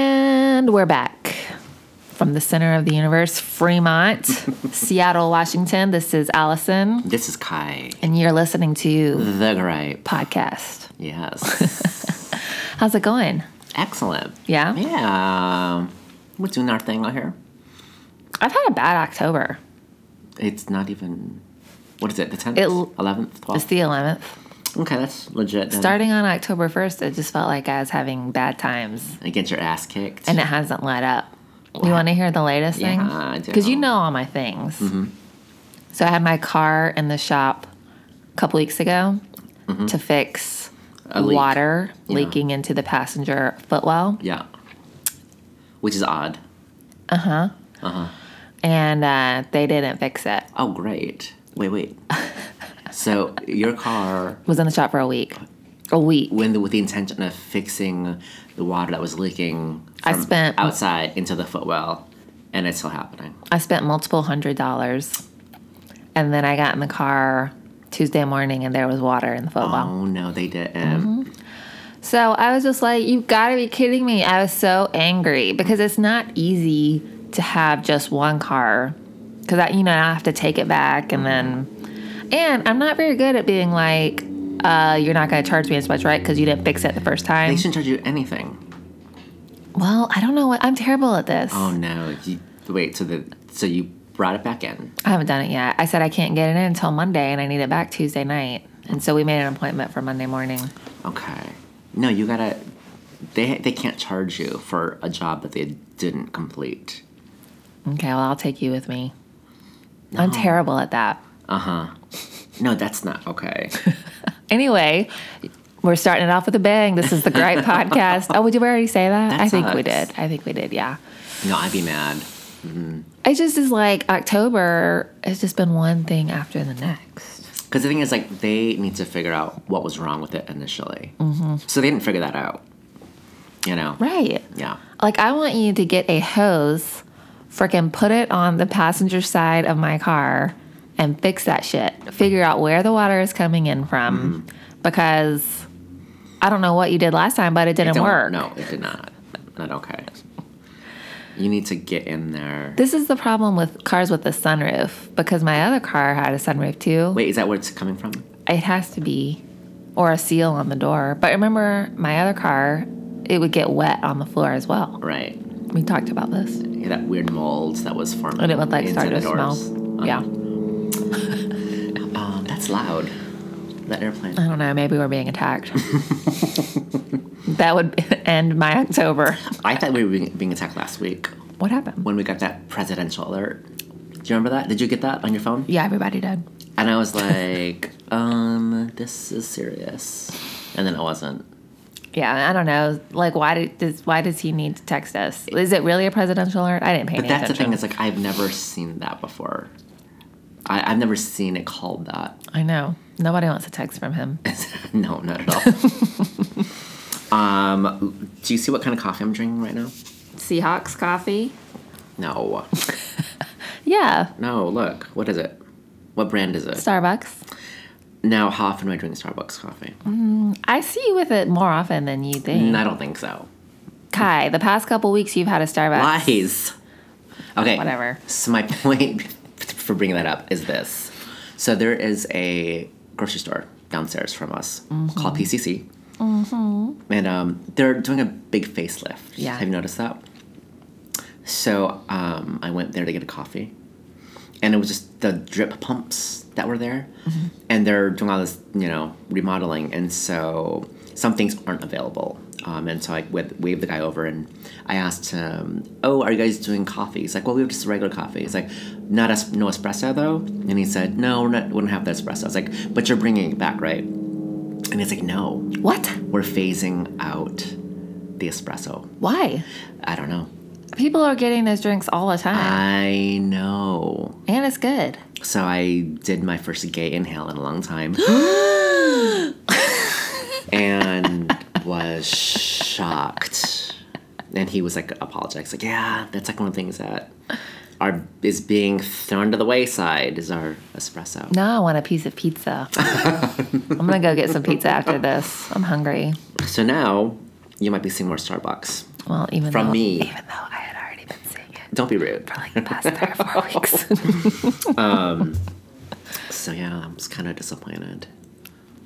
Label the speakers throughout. Speaker 1: And we're back from the center of the universe, Fremont, Seattle, Washington. This is Allison,
Speaker 2: This is Kai.
Speaker 1: and you're listening to
Speaker 2: The gripe.
Speaker 1: podcast.
Speaker 2: Yes.
Speaker 1: How's it going?
Speaker 2: Excellent.
Speaker 1: Yeah?
Speaker 2: Yeah. We're doing our thing out here.
Speaker 1: I've had a bad October.
Speaker 2: It's not even. What is it? The 10th?
Speaker 1: It-
Speaker 2: 11th?
Speaker 1: It's
Speaker 2: 12th?
Speaker 1: the 11th.
Speaker 2: okay, that's legit. then.
Speaker 1: Starting on October 1st, it just felt like I was having bad times,
Speaker 2: And get your ass kicked.
Speaker 1: and it hasn't let up. You
Speaker 2: Wow.
Speaker 1: want to hear the latest
Speaker 2: Yeah,
Speaker 1: thing?
Speaker 2: I do. Mm-hmm.
Speaker 1: Because you know all my things. So I had my car in the shop a couple weeks ago to fix
Speaker 2: Mm-hmm. A leak.
Speaker 1: water
Speaker 2: Yeah.
Speaker 1: leaking into the passenger footwell.
Speaker 2: yeah. Which is odd.
Speaker 1: and uh, they didn't fix it.
Speaker 2: Oh, great. Wait, wait. so your car,
Speaker 1: Was in the shop for a week. A week.
Speaker 2: when the, with the intention of fixing the water that was leaking
Speaker 1: I
Speaker 2: from
Speaker 1: spent-
Speaker 2: outside into the footwell, and it's still happening.
Speaker 1: I spent multiple hundred dollars, and then I got in the car Tuesday morning, and there was water in the footwell.
Speaker 2: Oh no, they didn't.
Speaker 1: Mm-hmm. So I was just like, "You gotta be kidding me!" I was so angry because it's not easy to have just one car because I, you know, I have to take it back, and then, and I'm not very good at being like, uh, "You're not gonna charge me as much, right?" Because you didn't fix it the first time.
Speaker 2: They shouldn't charge you anything.
Speaker 1: well, I don't know what I'm terrible at this.
Speaker 2: Oh no, you, wait. So the so you brought it back in.
Speaker 1: I haven't done it yet. I said I can't get it in until Monday and I need it back Tuesday night. And so we made an appointment for Monday morning.
Speaker 2: Okay. No, you gotta. They they can't charge you for a job that they didn't complete.
Speaker 1: Okay, well, I'll take you with me. I'm terrible at that.
Speaker 2: No, that's not okay.
Speaker 1: Anyway, we're starting it off with a bang. This is the Gripe Podcast. Oh, did we already say that?
Speaker 2: That
Speaker 1: I think we
Speaker 2: sucks.
Speaker 1: did. I think we did, yeah.
Speaker 2: no, I'd be mad.
Speaker 1: It just is like October, it's just been one thing after the next.
Speaker 2: Because the thing is, like, they need to figure out what was wrong with it initially. Mm-hmm. So they didn't figure that out. You know?
Speaker 1: Right.
Speaker 2: Yeah.
Speaker 1: Like, I want you to get a hose, freaking put it on the passenger side of my car and fix that shit. Figure out where the water is coming in from because I don't know what you did last time, but it didn't
Speaker 2: Don't-
Speaker 1: work.
Speaker 2: No, it did not. Not okay. You need to get in there.
Speaker 1: This is the problem with cars with a sunroof because my other car had a sunroof too.
Speaker 2: Wait, is that where it's coming from?
Speaker 1: It has to be, or a seal on the door. But remember, my other car, it would get wet on the floor as well.
Speaker 2: Right.
Speaker 1: We talked about this.
Speaker 2: Yeah, that weird mold that was forming.
Speaker 1: And Oh, it would like start
Speaker 2: inside
Speaker 1: to
Speaker 2: the
Speaker 1: smell.
Speaker 2: doors. Uh-huh.
Speaker 1: Yeah.
Speaker 2: Um, that's loud. That airplane.
Speaker 1: I don't know. Maybe we're being attacked. that would end my October.
Speaker 2: I thought we were being, being attacked last week
Speaker 1: What happened?
Speaker 2: when we got that presidential alert. Do you remember that? Did you get that on your phone?
Speaker 1: Yeah, everybody did.
Speaker 2: And I was like, um, this is serious. And then it wasn't.
Speaker 1: Yeah, I don't know. Like, why did does, why does he need to text us? Is it really a presidential alert? I didn't pay
Speaker 2: But
Speaker 1: any
Speaker 2: that's the
Speaker 1: attention.
Speaker 2: thing. It's like I've never seen that before. I, I've never seen it called that.
Speaker 1: I know nobody wants a text from him.
Speaker 2: no, not at all. um, do you see what kind of coffee I'm drinking right now?
Speaker 1: Seahawks coffee.
Speaker 2: No,
Speaker 1: Yeah,
Speaker 2: no. Look, what is it? What brand is it?
Speaker 1: Starbucks.
Speaker 2: Now, how often do I drink Starbucks coffee?
Speaker 1: I see you with it more often than you think.
Speaker 2: Mm, I don't think so.
Speaker 1: Kai, the past couple weeks you've had a Starbucks.
Speaker 2: Lies. Okay.
Speaker 1: Whatever.
Speaker 2: So my point for bringing that up is this. So there is a grocery store downstairs from us called PCC. Mm-hmm. And um, they're doing a big facelift.
Speaker 1: Yeah.
Speaker 2: Have you noticed that? So um, I went there to get a coffee. And it was just the drip pumps that were there. And they're doing all this, you know, remodeling. And so some things aren't available. Um, and so I waved, waved the guy over and I asked him, Oh, are you guys doing coffee? He's like, Well, we have just regular coffee. He's like, Not es- no espresso though? And he said, No, we're not, we don't have the espresso. I was like, But you're bringing it back, right? And he's like, No,
Speaker 1: What?
Speaker 2: we're phasing out the espresso.
Speaker 1: Why?
Speaker 2: I don't know.
Speaker 1: People are getting those drinks all the time,
Speaker 2: I know.
Speaker 1: and it's good.
Speaker 2: So I did my first gay inhale in a long time. and was shocked. And he was like apologized. Like, yeah, that's like one of the things that are is being thrown to the wayside is our espresso.
Speaker 1: Now I want a piece of pizza. I'm gonna go get some pizza after this. I'm hungry.
Speaker 2: So now you might be seeing more Starbucks.
Speaker 1: Well, even
Speaker 2: From
Speaker 1: though,
Speaker 2: me.
Speaker 1: even though I had already been seeing it
Speaker 2: Don't be rude.
Speaker 1: for like the past three or four weeks.
Speaker 2: So yeah, I'm just kind of disappointed.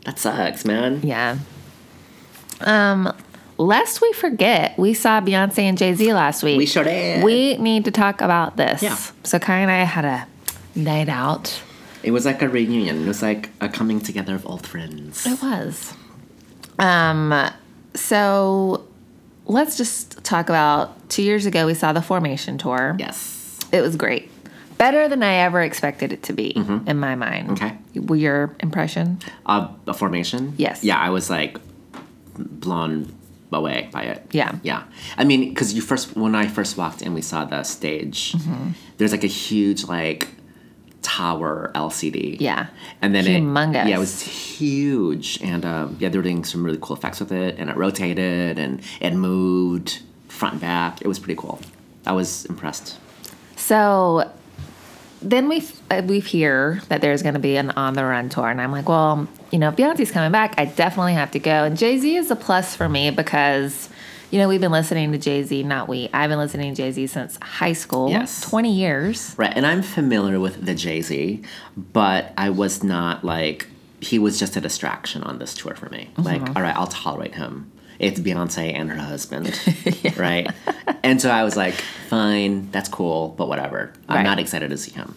Speaker 2: That sucks, man.
Speaker 1: yeah. Um, lest we forget, we saw Beyonce and Jay Z last week.
Speaker 2: We sure did.
Speaker 1: We need to talk about this.
Speaker 2: Yeah.
Speaker 1: So Kai and I had a night out.
Speaker 2: It was like a reunion. It was like a coming together of old friends.
Speaker 1: It was. Um, so let's just talk about two years ago we saw the formation tour.
Speaker 2: Yes.
Speaker 1: It was great. Better than I ever expected it to be in my mind.
Speaker 2: Mm-hmm. Okay.
Speaker 1: Were your impression?
Speaker 2: Uh, a formation.
Speaker 1: Yes.
Speaker 2: Yeah, I was like blown away by it.
Speaker 1: Yeah.
Speaker 2: Yeah. I mean, because you first when I first walked in, we saw the stage.
Speaker 1: Mm-hmm.
Speaker 2: There's like a huge like tower LCD.
Speaker 1: Yeah.
Speaker 2: And then
Speaker 1: Humongous.
Speaker 2: it yeah, it was huge, and um, yeah, they were doing some really cool effects with it, and it rotated and it moved front and back. It was pretty cool. I was impressed.
Speaker 1: So then we uh, we hear that there's going to be an on the run tour, and I'm like, well, you know, if Beyonce's coming back, I definitely have to go. And Jay Z is a plus for me because. You know, we've been listening to Jay Z, not we. I've been listening to Jay Z since high school.
Speaker 2: Yes.
Speaker 1: 20 years.
Speaker 2: Right, and I'm familiar with the Jay Z, but I was not like he was just a distraction on this tour for me.
Speaker 1: Mm-hmm.
Speaker 2: Like, all right, I'll tolerate him. It's Beyonce and her husband, right? And so I was like, fine, that's cool, but whatever.
Speaker 1: Right.
Speaker 2: I'm not excited to see him.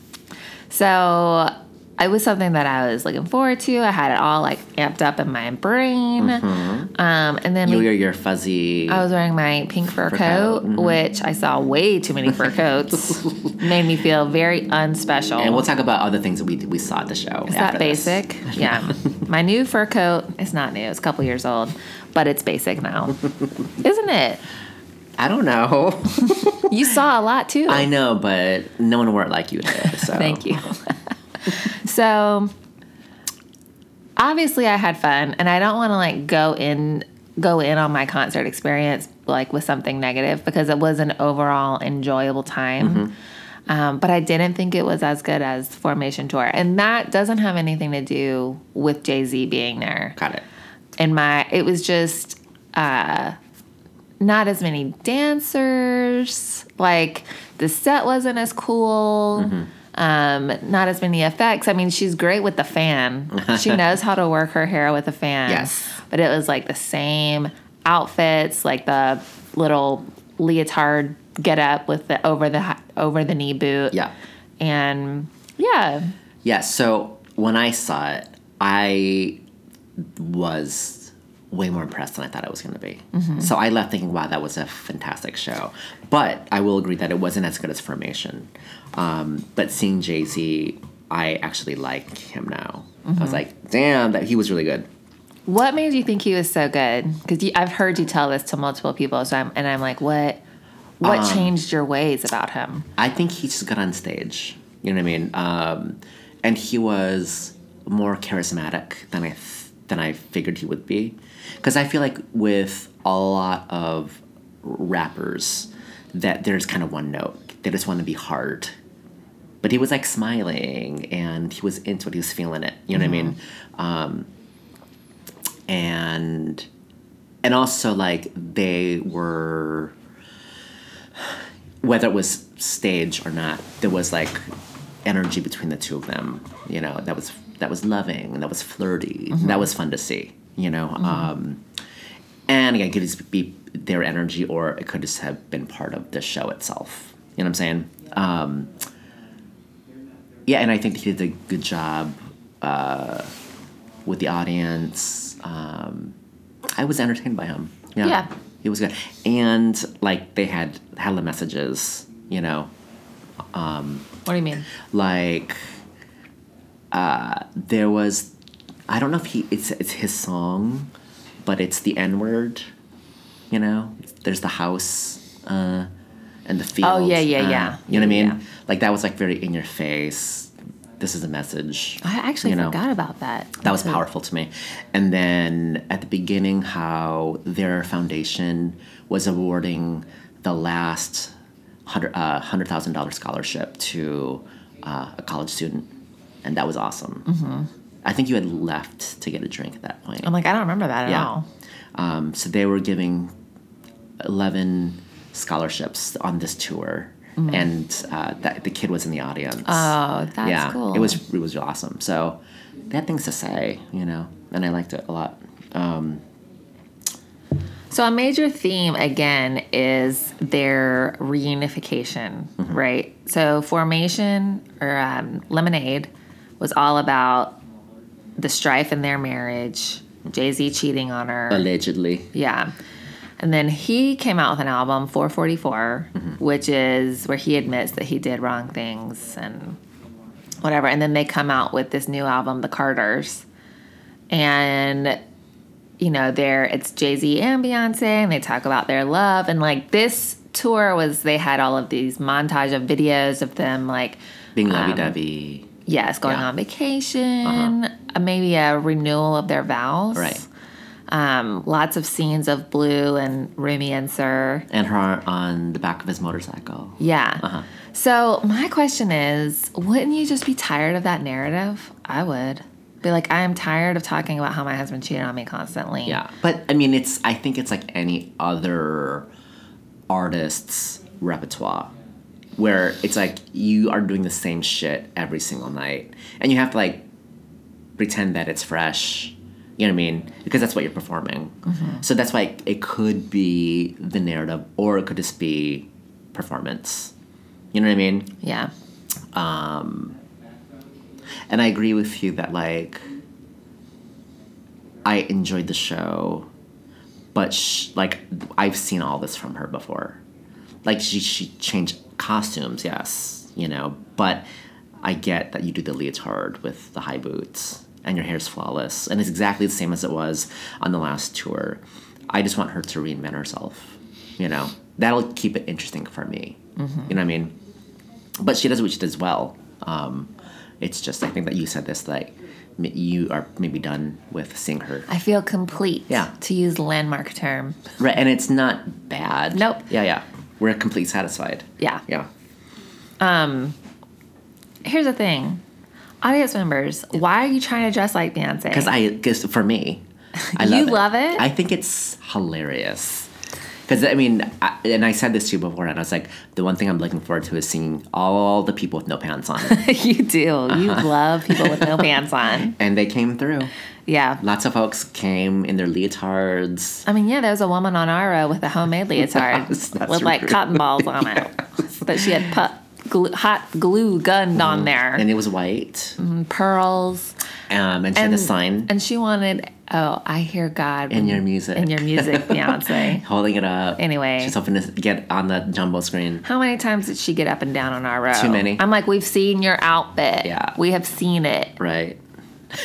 Speaker 1: So it was something that I was looking forward to. I had it all like amped up in my brain. Um, and then
Speaker 2: Mm-hmm. You
Speaker 1: we,
Speaker 2: wear your fuzzy.
Speaker 1: I was wearing my pink fur, coat,
Speaker 2: coat, mm-hmm.
Speaker 1: which I saw way too many fur coats. Made me feel very unspecial.
Speaker 2: and we'll talk about other things that we we saw at the show.
Speaker 1: Is that basic? Yeah. My new fur coat is not new. It's a couple years old, but it's basic now. Isn't it?
Speaker 2: I don't know.
Speaker 1: You saw a lot too.
Speaker 2: I know, but no one wore it like you did. So
Speaker 1: Thank you. so obviously I had fun and I don't want to like go in go in on my concert experience like with something negative because it was an overall enjoyable time. Um, but I didn't think it was as good as Formation Tour. And that doesn't have anything to do with Jay Z being there
Speaker 2: Got it.
Speaker 1: and my it was just uh not as many dancers like the set wasn't as cool
Speaker 2: Mm-hmm.
Speaker 1: um not as many effects i mean she's great with the fan she knows how to work her hair with a fan
Speaker 2: Yes.
Speaker 1: but it was like the same outfits like the little leotard get up with the over the hi- over the knee boot
Speaker 2: Yeah.
Speaker 1: and yeah
Speaker 2: Yeah, so when I saw it, I was way more impressed than I thought I was going to be. So I left thinking, wow, that was a fantastic show. But I will agree that it wasn't as good as Formation. Um, but seeing Jay Z, I actually like him now. I was like, damn, that he was really good.
Speaker 1: What made you think he was so good? Because I've heard you tell this to multiple people, so I'm and I'm like, what? What
Speaker 2: Um,
Speaker 1: changed your ways about him?
Speaker 2: I think he just got on stage. You know what I mean? Um, and he was more charismatic than I th- than I figured he would be, because I feel like with a lot of rappers, that there's kind of one note. They just want to be hard. But he was like smiling, and he was into it. He was feeling it. You know what I mean? Um, and and also like they were whether it was stage or not, there was like energy between the two of them. You know, that was that was loving, that was flirty, that was fun to see. You know, um, and again, it could just be their energy, or it could just have been part of the show itself. You know what I'm saying? Um, yeah, and I think he did a good job uh, with the audience. Um, I was entertained by him. Yeah.
Speaker 1: Yeah.
Speaker 2: He was good. And like they had hella messages, you know,
Speaker 1: What do you mean?
Speaker 2: like uh, there was I don't know if he it's it's his song, but it's the N word, you know. There's the house uh, and the field.
Speaker 1: Oh, yeah, yeah,
Speaker 2: uh,
Speaker 1: yeah.
Speaker 2: You know what I mean?
Speaker 1: Yeah.
Speaker 2: Like that was like very in your face. This is a message.
Speaker 1: I actually
Speaker 2: you know?
Speaker 1: forgot about that.
Speaker 2: That was powerful to me. And then at the beginning, how their foundation was awarding the last hundred uh, hundred thousand dollar scholarship to uh, a college student, and that was awesome. I think you had
Speaker 1: Oh.
Speaker 2: left to get a drink at that point.
Speaker 1: I'm like, I don't remember that at all.
Speaker 2: Um, so they were giving 11 scholarships on this tour. And uh, that the kid was in the audience.
Speaker 1: Oh, that's
Speaker 2: yeah,
Speaker 1: cool.
Speaker 2: it was it was awesome. So they had things to say, you know, and I liked it a lot.
Speaker 1: So a major theme again is their reunification,
Speaker 2: Mm-hmm.
Speaker 1: right? So formation or um, lemonade was all about the strife in their marriage, Jay Z cheating on her,
Speaker 2: Allegedly,
Speaker 1: yeah. And then he came out with an album 444, which is where he admits that he did wrong things and whatever. And then they come out with this new album, The Carters, and you know, there it's Jay Z and Beyonce, and they talk about their love. And like this tour was, they had all of these montage of videos of them like
Speaker 2: being lovey-dovey,
Speaker 1: Yes, going
Speaker 2: Yeah. Uh-huh.
Speaker 1: on vacation, uh, maybe a renewal of their vows.
Speaker 2: Right.
Speaker 1: Um, lots of scenes of Blue and Remy and Sir.
Speaker 2: and her on the back of his motorcycle.
Speaker 1: Yeah.
Speaker 2: Uh-huh.
Speaker 1: So my question is, wouldn't you just be tired of that narrative? I would. Be like, I am tired of talking about how my husband cheated on me constantly.
Speaker 2: Yeah, but I mean, it's I think it's like any other artist's repertoire, where it's like you are doing the same shit every single night, and you have to like pretend that it's fresh. You know what I mean? Because that's what you're performing. So that's why it could be the narrative, or it could just be performance. You know what I mean? Um,
Speaker 1: Yeah.
Speaker 2: And I agree with you that like I enjoyed the show, but sh- like I've seen all this from her before. Like she she changed costumes, yes, you know, but I get that you do the leotard with the high boots and your hair's flawless and it's exactly the same as it was on the last tour. I just want her to reinvent herself, you know. That'll keep it interesting for me. You know what I mean? but she does what she does well. Um, it's just I think that you said this like m- you are maybe done with seeing her,
Speaker 1: I feel complete.
Speaker 2: Yeah.
Speaker 1: To use landmark term.
Speaker 2: right? And it's not bad.
Speaker 1: Nope.
Speaker 2: Yeah, yeah. We're completely satisfied.
Speaker 1: Yeah.
Speaker 2: Yeah.
Speaker 1: Here's the thing. Audience members, why are you trying to dress like Beyonce?
Speaker 2: Because I, because for me, I love
Speaker 1: You
Speaker 2: it.
Speaker 1: love it?
Speaker 2: I think it's hilarious. Because I mean, I, and I said this to you before, and I was like, the one thing I'm looking forward to is seeing all the people with no pants on,
Speaker 1: you do. You love people with no pants on.
Speaker 2: and they came through.
Speaker 1: Yeah.
Speaker 2: Lots of folks came in their leotards.
Speaker 1: I mean, yeah, there was a woman on our row with a homemade leotard
Speaker 2: Yes, that's
Speaker 1: with like
Speaker 2: right.
Speaker 1: cotton balls on it, but she had pu- glue, hot glue gunned on there
Speaker 2: Mm-hmm. And it was white, um,
Speaker 1: and pearls.
Speaker 2: and she had a sign
Speaker 1: And she wanted, oh, I hear God
Speaker 2: in your music.
Speaker 1: in your music, Beyonce.
Speaker 2: holding it up.
Speaker 1: Anyway.
Speaker 2: she's hoping to get on the jumbo screen.
Speaker 1: How many times did she get up and down on our row?
Speaker 2: Too many.
Speaker 1: I'm like, we've seen your outfit.
Speaker 2: Yeah.
Speaker 1: We have seen it.
Speaker 2: Right.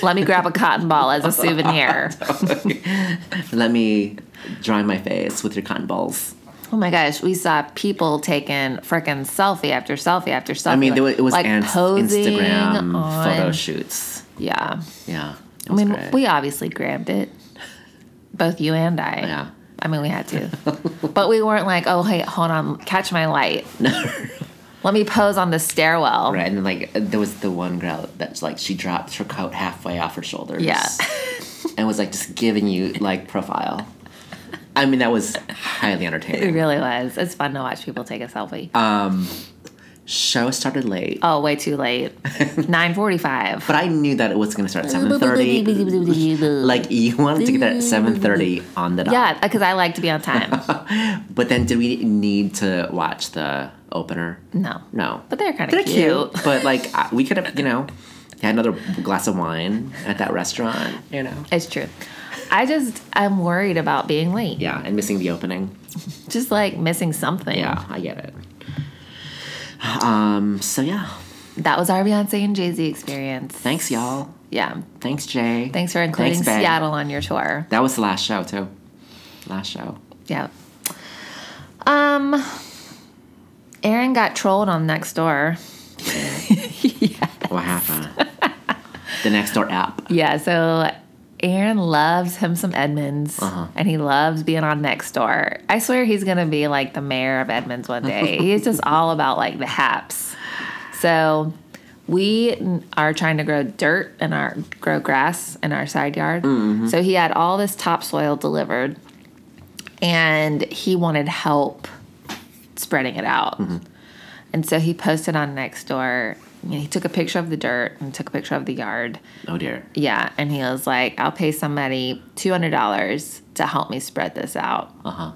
Speaker 1: Let me grab a cotton ball as a souvenir.
Speaker 2: Let me dry my face with your cotton balls.
Speaker 1: Oh my gosh, we saw people taking frickin' selfie after selfie after selfie.
Speaker 2: I mean, there wa- it was
Speaker 1: like
Speaker 2: an
Speaker 1: posing
Speaker 2: Instagram
Speaker 1: on-
Speaker 2: photo shoots.
Speaker 1: Yeah,
Speaker 2: Yeah. It
Speaker 1: I
Speaker 2: was
Speaker 1: mean,
Speaker 2: great.
Speaker 1: we obviously grabbed it, both you and I.
Speaker 2: Yeah.
Speaker 1: I mean, we had to, but we weren't like, oh hey, hold on, catch my light. Let me pose on the stairwell.
Speaker 2: Right, and then like there was the one girl that's like she dropped her coat halfway off her shoulders.
Speaker 1: Yeah.
Speaker 2: and was like just giving you like profile. I mean that was highly
Speaker 1: It
Speaker 2: entertaining.
Speaker 1: really was. It's fun to watch people take a selfie.
Speaker 2: Uh, Show started late,
Speaker 1: oh, way too late. Nine forty-five.
Speaker 2: but I knew that it was gonna start at seven thirty. like you wanted to get there at 7.30 on the dot
Speaker 1: Yeah, because I like to be on time.
Speaker 2: but then did we need to watch the opener
Speaker 1: No.
Speaker 2: no
Speaker 1: But they're kind
Speaker 2: they're
Speaker 1: of
Speaker 2: cute, but like I- we could have you know had another glass of wine at that restaurant you know
Speaker 1: It's true. I just I'm worried about being late.
Speaker 2: yeah and missing the opening
Speaker 1: Just like missing something.
Speaker 2: yeah i get it um so yeah
Speaker 1: That was our Beyonce and Jay Z experience.
Speaker 2: thanks y'all
Speaker 1: Yeah.
Speaker 2: thanks jay
Speaker 1: Thanks for including
Speaker 2: babe.
Speaker 1: Seattle on your tour.
Speaker 2: that was the last show too last show
Speaker 1: Yeah. Um Aaron got trolled on next door.
Speaker 2: what happened the next door app
Speaker 1: Yeah, so Aaron loves him some Edmonds and he loves being on next door. I swear he's gonna be like the mayor of Edmonds one day. he's just all about like the haps. So we n- are trying to grow dirt and our grow grass in our side yard. So he had all this topsoil delivered and he wanted help spreading it out. And so he posted on Nextdoor. You know, he took a picture of the dirt and took a picture of the yard.
Speaker 2: Oh dear.
Speaker 1: Yeah, and he was like, "I'll pay somebody two hundred dollars to help me spread this out."
Speaker 2: Uh huh.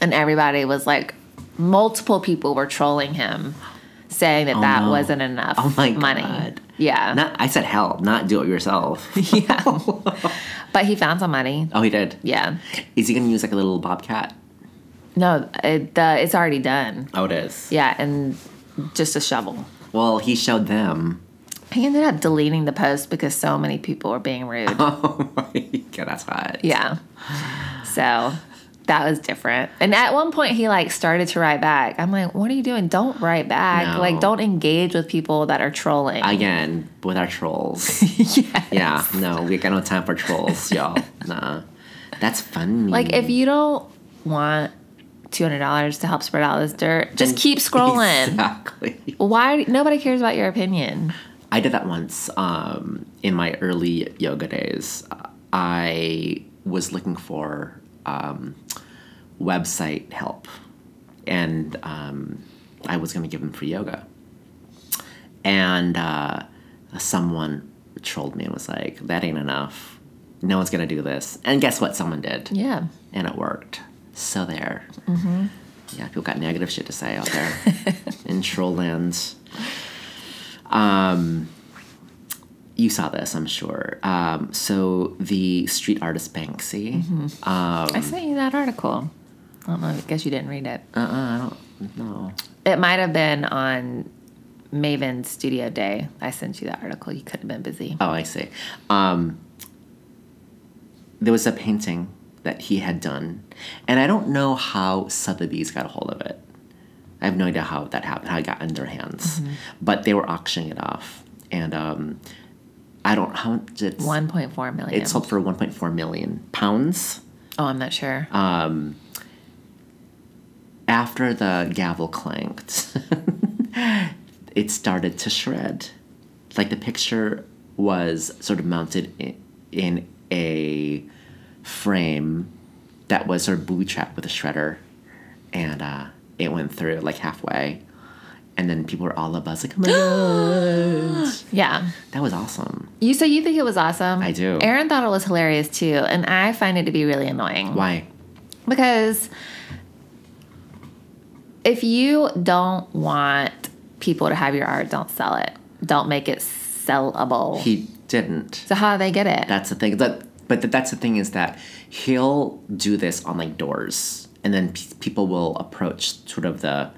Speaker 1: and everybody was like multiple people were trolling him saying that that
Speaker 2: no.
Speaker 1: wasn't enough
Speaker 2: Oh my
Speaker 1: money
Speaker 2: God.
Speaker 1: yeah
Speaker 2: Not I said help, not do it yourself.
Speaker 1: but he found some money
Speaker 2: oh, he did.
Speaker 1: yeah
Speaker 2: Is he gonna use like a little bobcat?
Speaker 1: no it, uh, it's already done
Speaker 2: Oh, it is.
Speaker 1: yeah and just a shovel
Speaker 2: Well, he showed them.
Speaker 1: he ended up deleting the post because so many people were being rude
Speaker 2: Oh my god, that's hot.
Speaker 1: yeah so that was different and at one point he like started to write back i'm like what are you doing don't write back
Speaker 2: No.
Speaker 1: like don't engage with people that are trolling
Speaker 2: Again, with our trolls.
Speaker 1: yeah
Speaker 2: yeah, no, we got no time for trolls, y'all. Nah, that's funny.
Speaker 1: Like if you don't want two hundred dollars to help spread out this dirt, just keep scrolling.
Speaker 2: Exactly.
Speaker 1: Why nobody cares about your opinion?
Speaker 2: I did that once um, in my early yoga days. I was looking for um, website help, and um, I was going to give them free yoga. And uh, someone trolled me and was like, "That ain't enough. No one's going to do this." And guess what? Someone did,
Speaker 1: Yeah.
Speaker 2: and it worked. So there. Yeah, people got negative shit to say out there in troll land. you saw this, I'm sure. Um, so the street artist Banksy. Um,
Speaker 1: I sent you that article. I don't know, I guess you didn't read it.
Speaker 2: uh, I don't know.
Speaker 1: It might have been on Maven's studio day. I sent you that article. You could have been busy.
Speaker 2: Oh, I see. Um, there was a painting that he had done, and I don't know how Sotheby's got a hold of it. I have no idea how that happened, how it got in their hands,
Speaker 1: Mm-hmm.
Speaker 2: but they were auctioning it off, and um, I don't how much it's
Speaker 1: One point four million.
Speaker 2: it sold for 1.4 million pounds.
Speaker 1: oh, I'm not sure.
Speaker 2: Um, after the gavel clanked, it started to shred. Like the picture was sort of mounted in, in a frame that was sort of booby trapped with a shredder, and uh, it went through like halfway. And then people were all abuzz like, "Oh my god,
Speaker 1: yeah.
Speaker 2: that was awesome!"
Speaker 1: You so you think it was awesome?
Speaker 2: I do.
Speaker 1: Aaron thought it was hilarious too, and I find it to be really annoying.
Speaker 2: Why?
Speaker 1: because if you don't want people to have your art, don't sell it. Don't make it sellable.
Speaker 2: He didn't.
Speaker 1: so how do they get it?
Speaker 2: That's the thing. That, but th- that's the thing is that he'll do this on like doors, and then pe- people will approach sort of the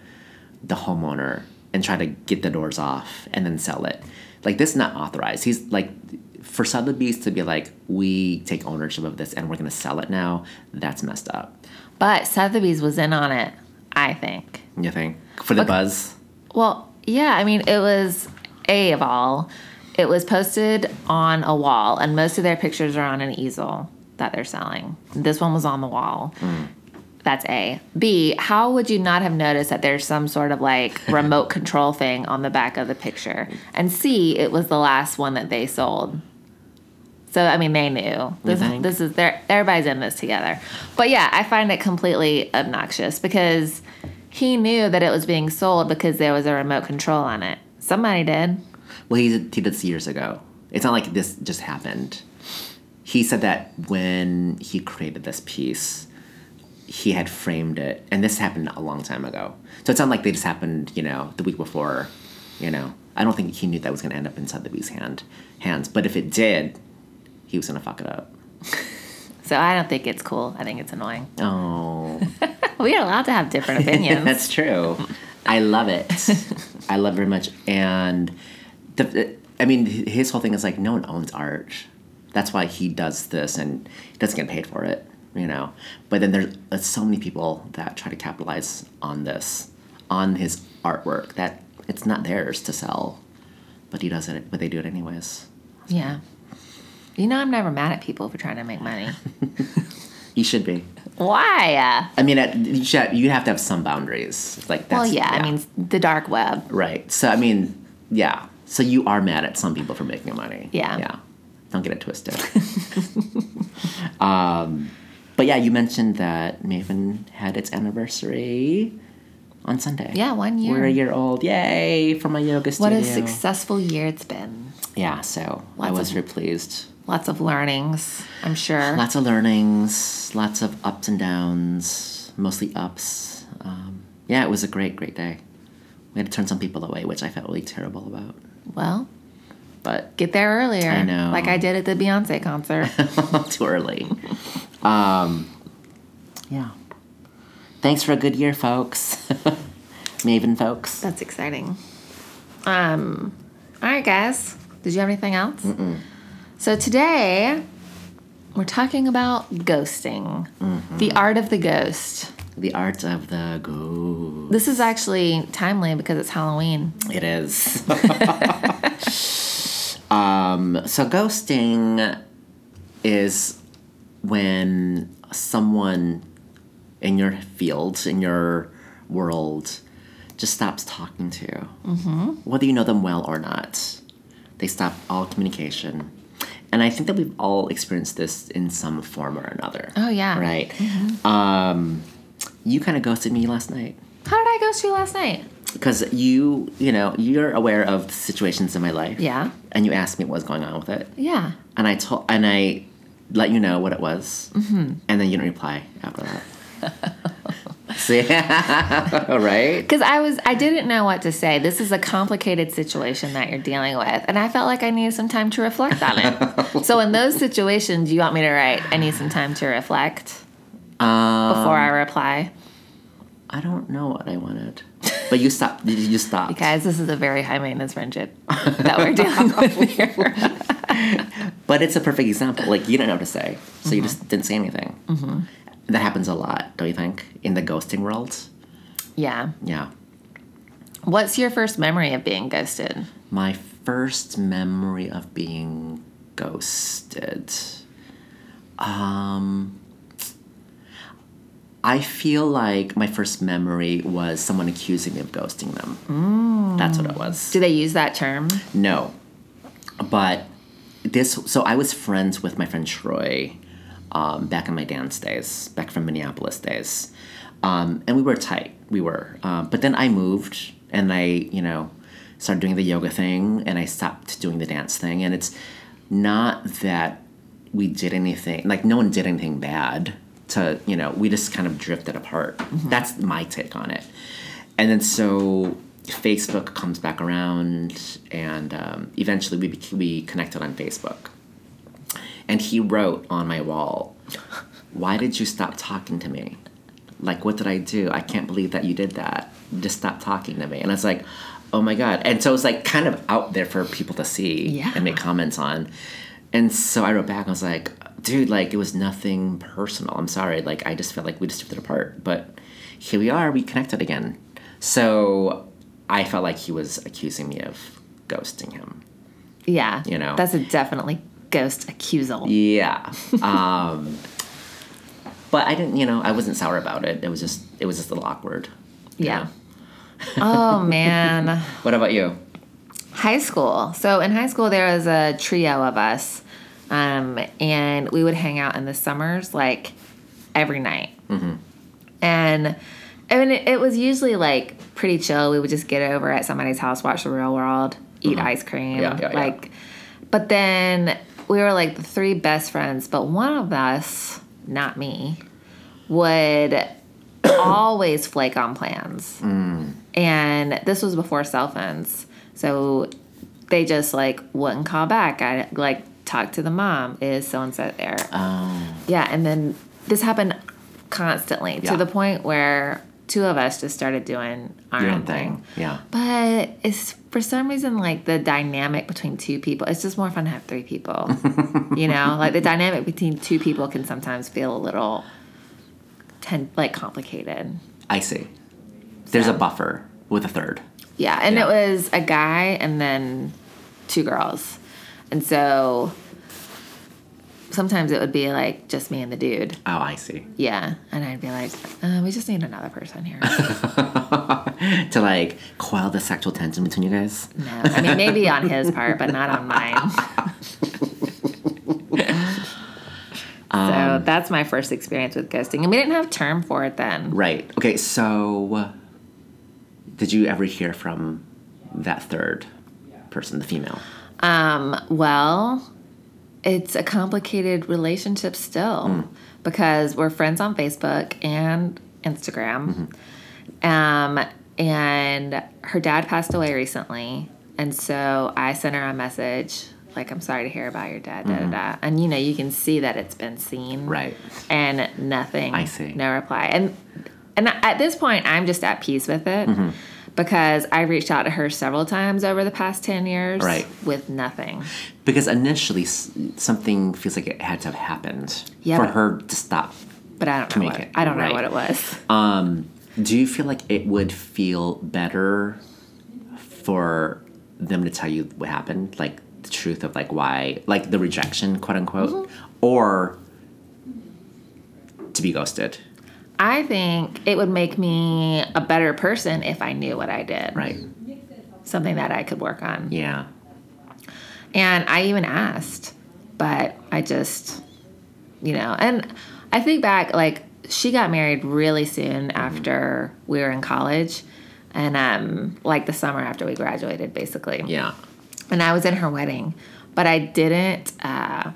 Speaker 2: the homeowner and try to get the doors off and then sell it. Like this is not authorized. He's like for Sotheby's to be like, we take ownership of this and we're gonna sell it now. That's messed up.
Speaker 1: but Sotheby's was in on it, I think.
Speaker 2: You think for the buzz?
Speaker 1: Well, yeah, I mean, it was A of all. It was posted on a wall, and most of their pictures are on an easel that they're selling. This one was on the wall. That's A. B, how would you not have noticed that there's some sort of like remote control thing on the back of the picture? And C, it was the last one that they sold. So I mean, they knew. This,
Speaker 2: think?
Speaker 1: this is their everybody's in this together. But yeah, I find it completely obnoxious because he knew that it was being sold because there was a remote control on it. Somebody did.
Speaker 2: Well, he did, he did this years ago. It's not like this just happened. He said that when he created this piece, he had framed it, and this happened a long time ago. So it's not like they just happened, you know, the week before. You know, I don't think he knew that was going to end up in Sotheby's hand hands. But if it did, he was going to fuck it up.
Speaker 1: So I don't think it's cool. I think it's annoying.
Speaker 2: Oh,
Speaker 1: We are allowed to have different opinions.
Speaker 2: that's true. I love it. I love it very much. And the, I mean, his whole thing is like, no one owns art. That's why he does this and he doesn't get paid for it, you know. But then there's, there's so many people that try to capitalize on this, on his artwork that it's not theirs to sell, but he does it. But they do it anyways.
Speaker 1: yeah. You know, I'm never mad at people for trying to make money.
Speaker 2: You should be.
Speaker 1: Why? Uh,
Speaker 2: I mean, at, you should have, you have to have some boundaries. Like that's
Speaker 1: Well, yeah, I mean, the dark web.
Speaker 2: Right. So I mean, yeah. So you are mad at some people for making money.
Speaker 1: Yeah.
Speaker 2: Yeah. Don't get it twisted. um, But yeah, you mentioned that Maven had its anniversary on Sunday.
Speaker 1: Yeah, one year.
Speaker 2: We're a year old. Yay for my yoga
Speaker 1: What
Speaker 2: studio.
Speaker 1: a successful year it's been.
Speaker 2: Yeah, so I
Speaker 1: Lots
Speaker 2: was
Speaker 1: of-
Speaker 2: very pleased.
Speaker 1: Lots of learnings, I'm sure.
Speaker 2: Lots of learnings, lots of ups and downs, mostly ups. Um, yeah, it was a great, great day. We had to turn some people away, which I felt really terrible about.
Speaker 1: Well,
Speaker 2: But
Speaker 1: get there earlier.
Speaker 2: I know.
Speaker 1: Like I did at the Beyonce concert.
Speaker 2: too early. Um, yeah. Thanks for a good year, folks. Maven folks.
Speaker 1: That's exciting. Um, all right, guys. Did you have anything else? So today we're talking about ghosting, the
Speaker 2: Mm-hmm.
Speaker 1: art of the ghost.
Speaker 2: The art of the goo.
Speaker 1: This is actually timely because it's Halloween.
Speaker 2: It is. um, so ghosting is when someone in your field, in your world, just stops talking to you, mm-hmm. whether you know them well or not. They stop all communication. And I think that we've all experienced this in some form or another.
Speaker 1: Oh, yeah.
Speaker 2: Right. Um, you kind of ghosted me last night
Speaker 1: How did I ghost you last night?
Speaker 2: because you you know you're aware of situations in my life
Speaker 1: Yeah.
Speaker 2: and you asked me what was going on with it
Speaker 1: Yeah.
Speaker 2: and i told and i let you know what it was mm-hmm. and then you didn't reply after that see right
Speaker 1: Because I was, I didn't know what to say. This is a complicated situation that you're dealing with, and I felt like I needed some time to reflect on it. so in those situations, you want me to write, I need some time to reflect
Speaker 2: um,
Speaker 1: before I reply.
Speaker 2: i don't know what i wanted but you stopped you you stopped
Speaker 1: Guys, this is a very high maintenance friendship that we're dealing with here.
Speaker 2: but it's a perfect example like you didn't know what to say so you just didn't say anything mm-hmm. that happens a lot don't you think in the ghosting world
Speaker 1: yeah.
Speaker 2: yeah
Speaker 1: What's your first memory of being ghosted?
Speaker 2: My first memory of being ghosted. Um, I feel like my first memory was someone accusing me of ghosting them. That's what it was.
Speaker 1: Do they use that term?
Speaker 2: No. But this, so I was friends with my friend Troy um, back in my dance days, back from Minneapolis days. Um, and we were tight, we were. Um, but then I moved and I, you know, started doing the yoga thing and I stopped doing the dance thing. And it's not that we did anything, like, no one did anything bad to, you know, we just kind of drifted apart. That's my take on it. And then so Facebook comes back around, and um, eventually we, bec- we connected on Facebook. And he wrote on my wall, Why did you stop talking to me? Like, what did I do? I can't believe that you did that. Just stop talking to me. And I was like, Oh my God. And so it was like kind of out there for people to see
Speaker 1: Yeah.
Speaker 2: and make comments on. And so I wrote back, I was like, Dude, like, it was nothing personal. I'm sorry. Like, I just felt like we just drifted apart. But here we are, we connected again. So I felt like he was accusing me of ghosting him.
Speaker 1: Yeah.
Speaker 2: You know.
Speaker 1: That's a definitely ghost accusal.
Speaker 2: Yeah. Um, but I didn't, you know, I wasn't sour about it. It was just, it was just a little awkward. you
Speaker 1: Yeah.
Speaker 2: know?
Speaker 1: oh, man.
Speaker 2: What about you?
Speaker 1: High school. So in high school, there was a trio of us, um, and we would hang out in the summers like every night.
Speaker 2: Mm-hmm.
Speaker 1: And I mean, it, it was usually like pretty chill. We would just get over at somebody's house, watch the real world, eat ice cream.
Speaker 2: Mm-hmm. Yeah, yeah, yeah.
Speaker 1: like, but then we were like the three best friends, but one of us, not me, would always flake on plans. And this was before cell phones. So they just like wouldn't call back. I like talked to the mom, is so and so there?
Speaker 2: Um,
Speaker 1: Yeah, and then this happened constantly
Speaker 2: Yeah.
Speaker 1: to the point where two of us just started doing our
Speaker 2: your
Speaker 1: own
Speaker 2: own thing. Yeah.
Speaker 1: But it's for some reason like the dynamic between two people. It's just more fun to have three people. you know, like the dynamic between two people can sometimes feel a little ten like complicated.
Speaker 2: I see. There's a buffer with a third.
Speaker 1: Yeah, and
Speaker 2: Yeah.
Speaker 1: it was a guy and then two girls. And so sometimes it would be like just me and the dude.
Speaker 2: Oh, I see.
Speaker 1: Yeah. And I'd be like, uh, we just need another person here.
Speaker 2: To like quell the sexual tension between you guys.
Speaker 1: No. I mean, maybe on his part, but not on mine. so that's my first experience with ghosting, and we didn't have a term for it then.
Speaker 2: Right. Okay, so uh, did you ever hear from that third person, the female?
Speaker 1: Um, well, it's a complicated relationship still because we're friends on Facebook and Instagram. Um, and her dad passed away recently, and so I sent her a message like, "I'm sorry to hear about your dad." Da, da, da. And you know, you can see that it's been seen,
Speaker 2: Right.
Speaker 1: And nothing.
Speaker 2: I see.
Speaker 1: No reply. And and at this point, I'm just at peace with it.
Speaker 2: Mm-hmm.
Speaker 1: Because I reached out to her several times over the past 10 years
Speaker 2: Right.
Speaker 1: with nothing.
Speaker 2: Because initially, s- something feels like it had to have happened
Speaker 1: Yeah,
Speaker 2: for
Speaker 1: but-
Speaker 2: her to stop.
Speaker 1: but I don't know.
Speaker 2: make
Speaker 1: What,
Speaker 2: it,
Speaker 1: I don't
Speaker 2: right.
Speaker 1: know what it was.
Speaker 2: Um, do you feel like it would feel better for them to tell you what happened, like the truth of like why, like the rejection, quote unquote,
Speaker 1: Mm-hmm.
Speaker 2: or to be ghosted?
Speaker 1: I think it would make me a better person if I knew what I did.
Speaker 2: Right.
Speaker 1: Something that I could work on.
Speaker 2: Yeah.
Speaker 1: And I even asked, but I just, you know, and I think back, like, she got married really soon after we were in college and, um, like, the summer after we graduated, basically.
Speaker 2: Yeah.
Speaker 1: and I was in her wedding, but I didn't. Uh,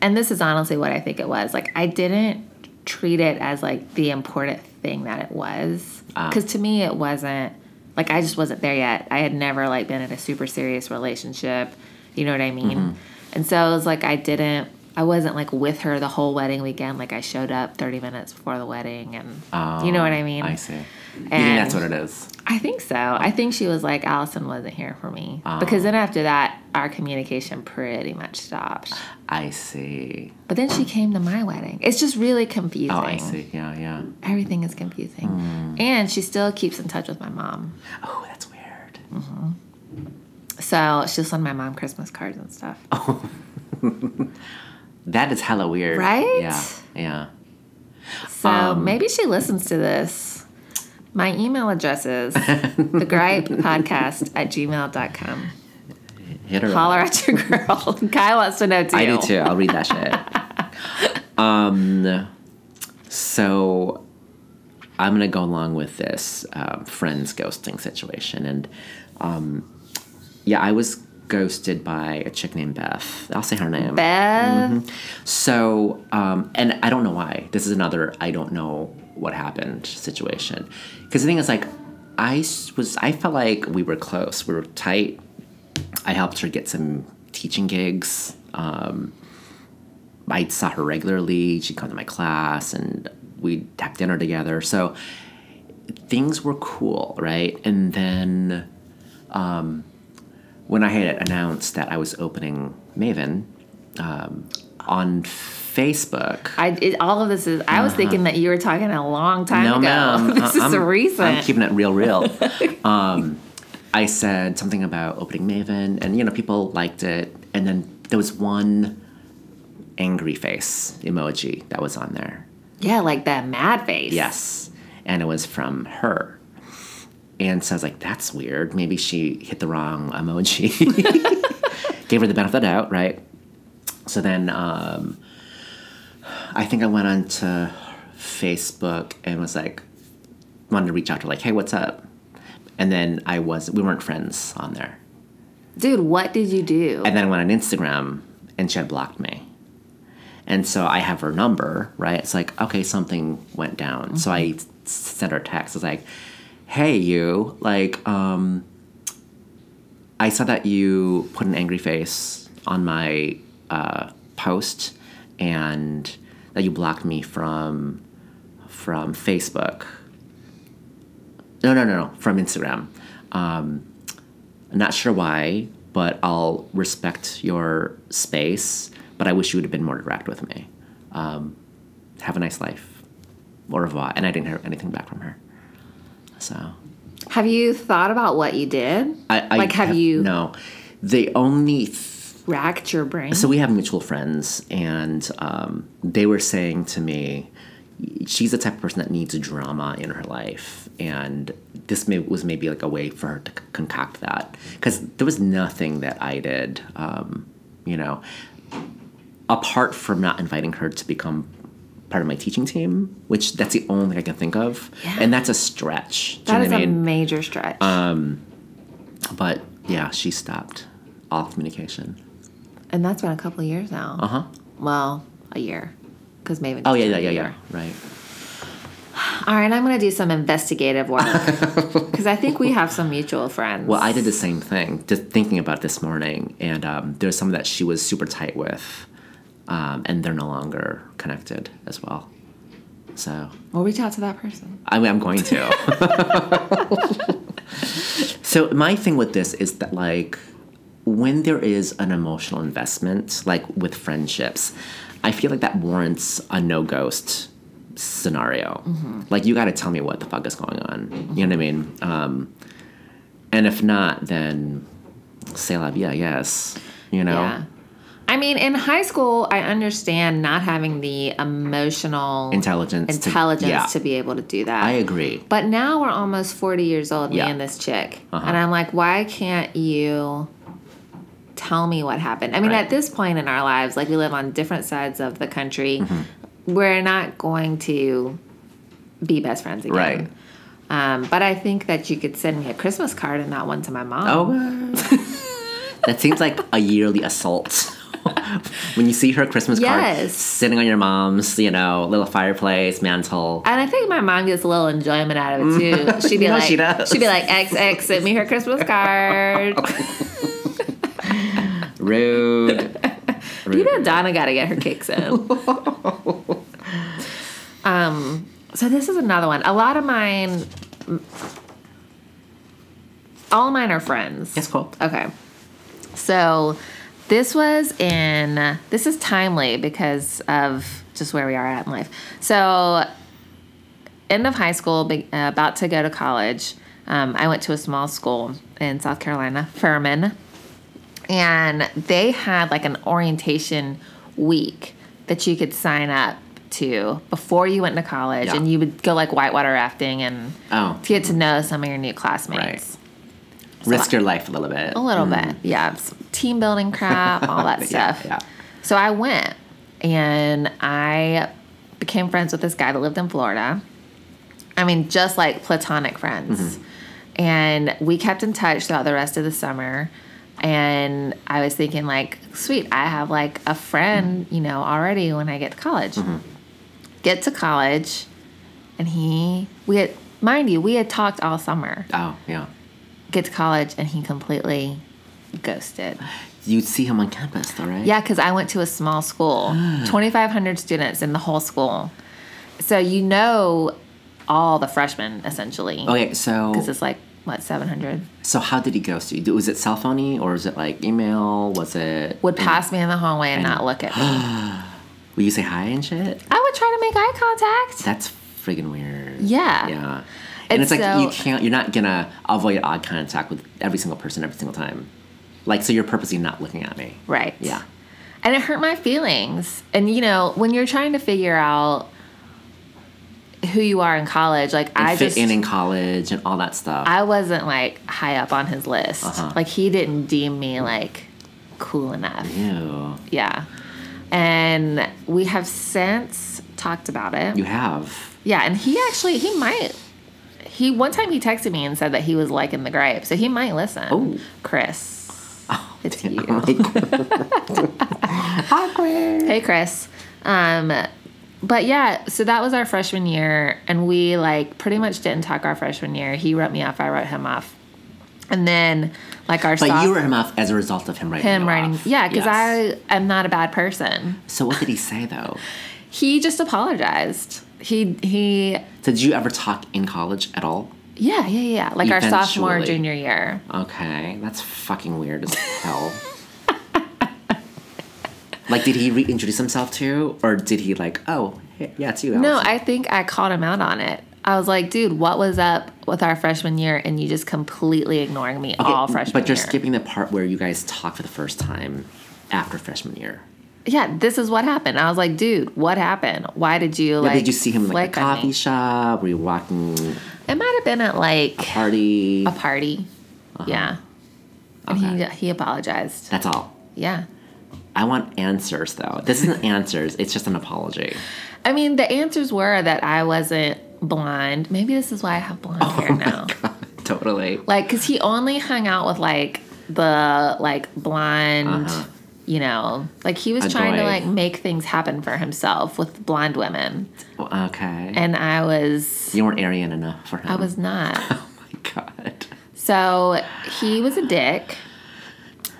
Speaker 1: and this is honestly what I think it was. Like I didn't treat it as like the important thing that it was,
Speaker 2: Ah.
Speaker 1: because to me it wasn't. Like I just wasn't there yet. I had never like been in a super serious relationship. You know what I mean?
Speaker 2: Mm-hmm.
Speaker 1: And so it was like I didn't. I wasn't like with her the whole wedding weekend. Like I showed up thirty minutes before the wedding, and you know what I
Speaker 2: Um,
Speaker 1: mean.
Speaker 2: I see. You think
Speaker 1: And-
Speaker 2: that's what it is?
Speaker 1: I think so. I think she was like, Allison wasn't here for me. Because then after that, our communication pretty much stopped.
Speaker 2: I see.
Speaker 1: But then she came to my wedding. It's just really confusing.
Speaker 2: Oh, I see. Hmm. Yeah, yeah.
Speaker 1: Everything is confusing. And she still keeps in touch with my mom.
Speaker 2: Oh, that's weird.
Speaker 1: So she'll send my mom Christmas cards and stuff.
Speaker 2: Oh, That is hella weird.
Speaker 1: Right?
Speaker 2: Yeah, yeah.
Speaker 1: so maybe she listens to this. My email address is thegripepodcast at gmail.com.
Speaker 2: Hit her.
Speaker 1: Holler
Speaker 2: up.
Speaker 1: at your girl. Guy wants to know too.
Speaker 2: I do too. I'll read that shit. um, so I'm gonna go along with this um, friends ghosting situation, and um, yeah, I was ghosted by a chick named Beth. I'll say her name. Mm-hmm.
Speaker 1: Beth.
Speaker 2: So, um, and I don't know why. This is another I don't know what happened situation. Because the thing is, like, I s- was, I felt like we were close, we were tight. I helped her get some teaching gigs. Um, I saw her regularly. She'd come to my class and we'd have dinner together. So things were cool, right? And then um, when I had announced that I was opening Maven um, on Facebook.
Speaker 1: I it, all of this is. I was thinking that you were talking a long time
Speaker 2: Uh-huh. No,
Speaker 1: ago.
Speaker 2: ma'am.
Speaker 1: this
Speaker 2: I-
Speaker 1: is
Speaker 2: I'm-
Speaker 1: recent.
Speaker 2: I'm keeping it real, real. um, I said something about opening Maven, and you know, people liked it. And then there was one angry face emoji that was on there.
Speaker 1: yeah, like that mad face.
Speaker 2: Yes. And it was from her. And so I was like, that's weird. Maybe she hit the wrong emoji. Gave her the benefit of the doubt, right? So then um, I think I went on to Facebook and was like, wanted to reach out to her, like, hey, what's up? And then I was, we weren't friends on there.
Speaker 1: dude, what did you do?
Speaker 2: And then I went on Instagram and she had blocked me. And so I have her number, right? It's like, okay, something went down. So I s- sent her a text. It's like, hey, you, like, um, I saw that you put an angry face on my uh, post and that you blocked me from from Facebook. No, no, no, no, from Instagram. Um, not sure why, but I'll respect your space. But I wish you would have been more direct with me. Um, have a nice life. Au revoir. And I didn't hear anything back from her. So
Speaker 1: have you thought about what you did?
Speaker 2: I, I
Speaker 1: like, have you
Speaker 2: No, the only. Th-
Speaker 1: racked your brain?
Speaker 2: so we have mutual friends, and um, they were saying to me, she's the type of person that needs drama in her life, and this may, was maybe like a way for her to c- concoct that because there was nothing that I did, um, you know, apart from not inviting her to become part of my teaching team, which that's the only thing I can think of,
Speaker 1: Yeah.
Speaker 2: and that's a stretch. Do you
Speaker 1: That
Speaker 2: know
Speaker 1: is
Speaker 2: what I
Speaker 1: a
Speaker 2: mean? Uh,
Speaker 1: major stretch.
Speaker 2: But yeah, she stopped all communication.
Speaker 1: and that's been a couple of years now.
Speaker 2: Uh huh.
Speaker 1: Well, a year. Because Maven.
Speaker 2: Oh yeah, yeah, yeah, yeah. Right.
Speaker 1: All right, I'm going to do some investigative work. Because I think we have some mutual friends.
Speaker 2: Well, I did the same thing, just thinking about this morning, and um, there's someone that she was super tight with, um, and they're no longer connected as well. So
Speaker 1: We'll reach out to that person.
Speaker 2: I mean, I'm going to. so my thing with this is that like when there is an emotional investment, like with friendships, I feel like that warrants a no ghost scenario. Like you got to tell me what the fuck is going on. You know what I mean? Um, and if not, then say la vida, yes. You know.
Speaker 1: Yeah. I mean, in high school, I understand not having the emotional
Speaker 2: Intelligence to-
Speaker 1: intelligence to,
Speaker 2: yeah.
Speaker 1: be able to do that.
Speaker 2: I agree.
Speaker 1: But now we're almost 40 years old,
Speaker 2: Yeah. Uh-huh.
Speaker 1: me and this chick. And I'm like, why can't you tell me what happened? I mean,
Speaker 2: Right.
Speaker 1: at this point in our lives, like we live on different sides of the country,
Speaker 2: Mm-hmm.
Speaker 1: we're not going to be best friends again.
Speaker 2: Right.
Speaker 1: Um, but I think that you could send me a Christmas card and not one to my mom.
Speaker 2: Oh. that seems like a yearly assault. when you see her Christmas card
Speaker 1: Yes.
Speaker 2: sitting on your mom's, you know, little fireplace mantle.
Speaker 1: And I think my mom gets a little enjoyment out of it too. She'd be
Speaker 2: No,
Speaker 1: like,
Speaker 2: she does.
Speaker 1: would be like, XX, sent me her Christmas card.
Speaker 2: Rude.
Speaker 1: you know, Donna got to get her kicks in. um, so this is another one. A lot of mine, all mine are friends.
Speaker 2: It's cool.
Speaker 1: Okay. So this was in, this is timely because of just where we are at in life. So, end of high school, be, uh, about to go to college. Um, I went to a small school in South Carolina, Furman, and they had like an orientation week that you could sign up to before you went to college,
Speaker 2: Yeah.
Speaker 1: and you would go like whitewater rafting and
Speaker 2: Oh.
Speaker 1: to get to know some of your new classmates.
Speaker 2: Right. Risk your life a little bit.
Speaker 1: A
Speaker 2: Mm,
Speaker 1: little bit. Yeah. s- Team building crap, all that
Speaker 2: Yeah,
Speaker 1: stuff.
Speaker 2: yeah.
Speaker 1: So I went and I became friends with this guy that lived in Florida. I mean, just like platonic friends.
Speaker 2: Mm-hmm.
Speaker 1: And we kept in touch throughout the rest of the summer. And I was thinking, like, sweet, I have like a friend,
Speaker 2: Mm-hmm.
Speaker 1: you know, already when I get to college. Get to college, and he, we had, mind you, we had talked all summer
Speaker 2: Oh, yeah.
Speaker 1: get to college and he completely ghosted.
Speaker 2: You'd see him on campus though, right?
Speaker 1: Yeah, because I went to a small school, 2,500 students in the whole school. So you know all the freshmen essentially.
Speaker 2: Okay, so
Speaker 1: Because it's like, what, 700?
Speaker 2: so how did he ghost you? Was it cell phony or was it like email? Was it
Speaker 1: Would pass me in the hallway and not look at me.
Speaker 2: Will you say hi and shit?
Speaker 1: I would try to make eye contact.
Speaker 2: That's friggin' weird.
Speaker 1: Yeah.
Speaker 2: Yeah. And
Speaker 1: It's
Speaker 2: it's, like you
Speaker 1: so-
Speaker 2: can't you're not gonna avoid eye contact with every single person every single time. Like so you're purposely not looking at me.
Speaker 1: Right.
Speaker 2: Yeah.
Speaker 1: And it hurt my feelings. And you know, when you're trying to figure out who you are in college, like
Speaker 2: And
Speaker 1: I
Speaker 2: fit
Speaker 1: just
Speaker 2: in in college and all that stuff.
Speaker 1: I wasn't like high up on his list.
Speaker 2: Uh-huh.
Speaker 1: Like he didn't deem me like cool enough.
Speaker 2: Ew.
Speaker 1: Yeah. And we have since talked about it.
Speaker 2: You have.
Speaker 1: Yeah, and he actually he might he one time he texted me and said that he was liking the gripe, so he might listen.
Speaker 2: Oh.
Speaker 1: Chris. it's you.
Speaker 2: Awkward.
Speaker 1: Hey, Chris. Um, but yeah, so that was our freshman year, and we like pretty much didn't talk our freshman year. He wrote me off. I wrote him off. And then, like our
Speaker 2: But
Speaker 1: soph-
Speaker 2: you were him off as a result of him writing.
Speaker 1: him
Speaker 2: you
Speaker 1: writing,
Speaker 2: off.
Speaker 1: yeah, because
Speaker 2: Yes.
Speaker 1: I am not a bad person.
Speaker 2: So what did he say though?
Speaker 1: He just apologized. He he,
Speaker 2: So did you ever talk in college at all?
Speaker 1: yeah yeah yeah. Like our sophomore
Speaker 2: Eventually.
Speaker 1: junior year.
Speaker 2: Okay, that's fucking weird as hell. like, did he reintroduce himself to you, or did he like, oh, hey, yeah, it's you?
Speaker 1: No,
Speaker 2: Allison.
Speaker 1: I think I called him out on it. I was like, dude, what was up with our freshman year, and you just completely ignoring me all
Speaker 2: Okay,
Speaker 1: freshman.
Speaker 2: But you're
Speaker 1: year?
Speaker 2: skipping the part where you guys talk for the first time after freshman year.
Speaker 1: yeah, this is what happened. I was like, dude, what happened? Why did you like?
Speaker 2: did you see him in like a
Speaker 1: flick on
Speaker 2: coffee
Speaker 1: me?"
Speaker 2: shop? Were you walking
Speaker 1: It might have been at like
Speaker 2: party?
Speaker 1: a
Speaker 2: Uh-huh.
Speaker 1: party. Yeah. And he he apologized.
Speaker 2: That's all.
Speaker 1: Yeah.
Speaker 2: I want answers though. This isn't answers, it's just an apology.
Speaker 1: I mean, the answers were that I wasn't blonde. Maybe this is why I have
Speaker 2: Oh
Speaker 1: blonde hair now.
Speaker 2: God, totally.
Speaker 1: Like, because he only hung out with like the like blonde,
Speaker 2: Uh-huh.
Speaker 1: you know, like he was
Speaker 2: A
Speaker 1: trying to
Speaker 2: boy.
Speaker 1: like make things happen for himself with blonde women,
Speaker 2: Okay.
Speaker 1: and I was
Speaker 2: you weren't Aryan enough for him.
Speaker 1: I was not.
Speaker 2: Oh my god.
Speaker 1: So he was a dick,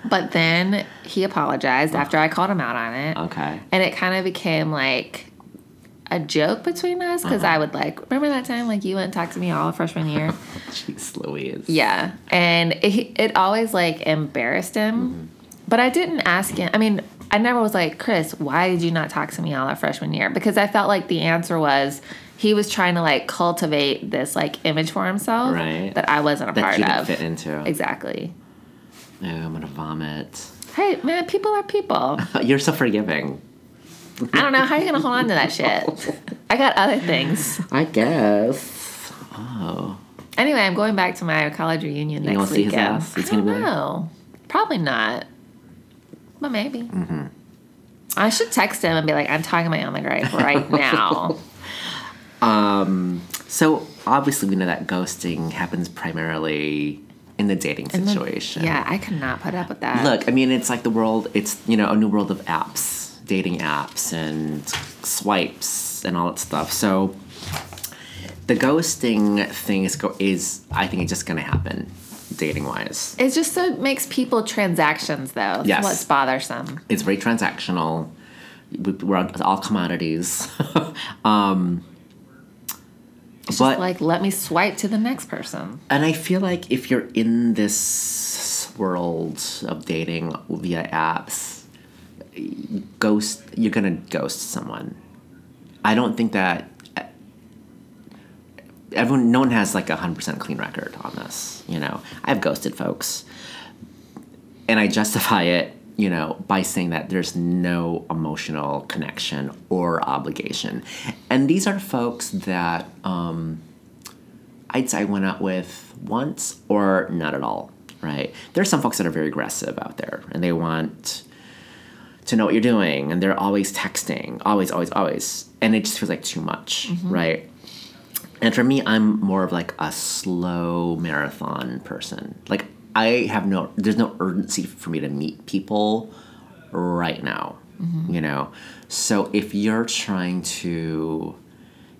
Speaker 1: but then he apologized after I called him out on it.
Speaker 2: Okay.
Speaker 1: And it kind of became like a joke between us because
Speaker 2: Uh-huh.
Speaker 1: I would like, remember that time like you wouldn't talk to me all freshman year?
Speaker 2: Jeez Louise.
Speaker 1: yeah. And it, it always like embarrassed him.
Speaker 2: Mm-hmm.
Speaker 1: But I didn't ask him. I mean, I never was like, Chris, why did you not talk to me all that freshman year? Because I felt like the answer was he was trying to like cultivate this like image for himself
Speaker 2: Right.
Speaker 1: that I wasn't a
Speaker 2: That
Speaker 1: part
Speaker 2: you didn't
Speaker 1: of.
Speaker 2: fit into.
Speaker 1: Exactly.
Speaker 2: Oh, I'm gonna vomit.
Speaker 1: Hey, man, people are people.
Speaker 2: You're so forgiving.
Speaker 1: I don't know how you're gonna hold on to that shit. I got other things.
Speaker 2: I guess. Oh.
Speaker 1: Anyway, I'm going back to my college reunion
Speaker 2: You
Speaker 1: next
Speaker 2: gonna see his
Speaker 1: weekend.
Speaker 2: ass? He's
Speaker 1: I don't
Speaker 2: gonna be like-
Speaker 1: know. Probably not, but maybe.
Speaker 2: Mm-hmm.
Speaker 1: I should text him and be like, "I'm talking about Emma Gray right now."
Speaker 2: So obviously we know that ghosting happens primarily in the dating
Speaker 1: And then-
Speaker 2: situation.
Speaker 1: yeah, I could not put up with that.
Speaker 2: Look, I mean, it's like the world, it's, you know, a new world of apps, dating apps and swipes and all that stuff. So the ghosting thing is, go- is I think, it's just going to happen dating wise.
Speaker 1: it just so makes people transactions though. That's
Speaker 2: Yes.
Speaker 1: what's bothersome.
Speaker 2: It's very transactional. We- We're on all commodities. um,
Speaker 1: It's
Speaker 2: but,
Speaker 1: just like, let me swipe to the next person.
Speaker 2: and I feel like if you're in this world of dating via apps, ghost you're gonna ghost someone i don't think that everyone no one has like a 100% clean record on this you know i've ghosted folks and i justify it you know by saying that there's no emotional connection or obligation and these are folks that um i'd say i went out with once or not at all right there's some folks that are very aggressive out there and they want to know what you're doing and they're always texting always always always and it just feels like too much right and for me i'm more of like a slow marathon person like i have no there's no urgency for me to meet people right now you know so if you're trying to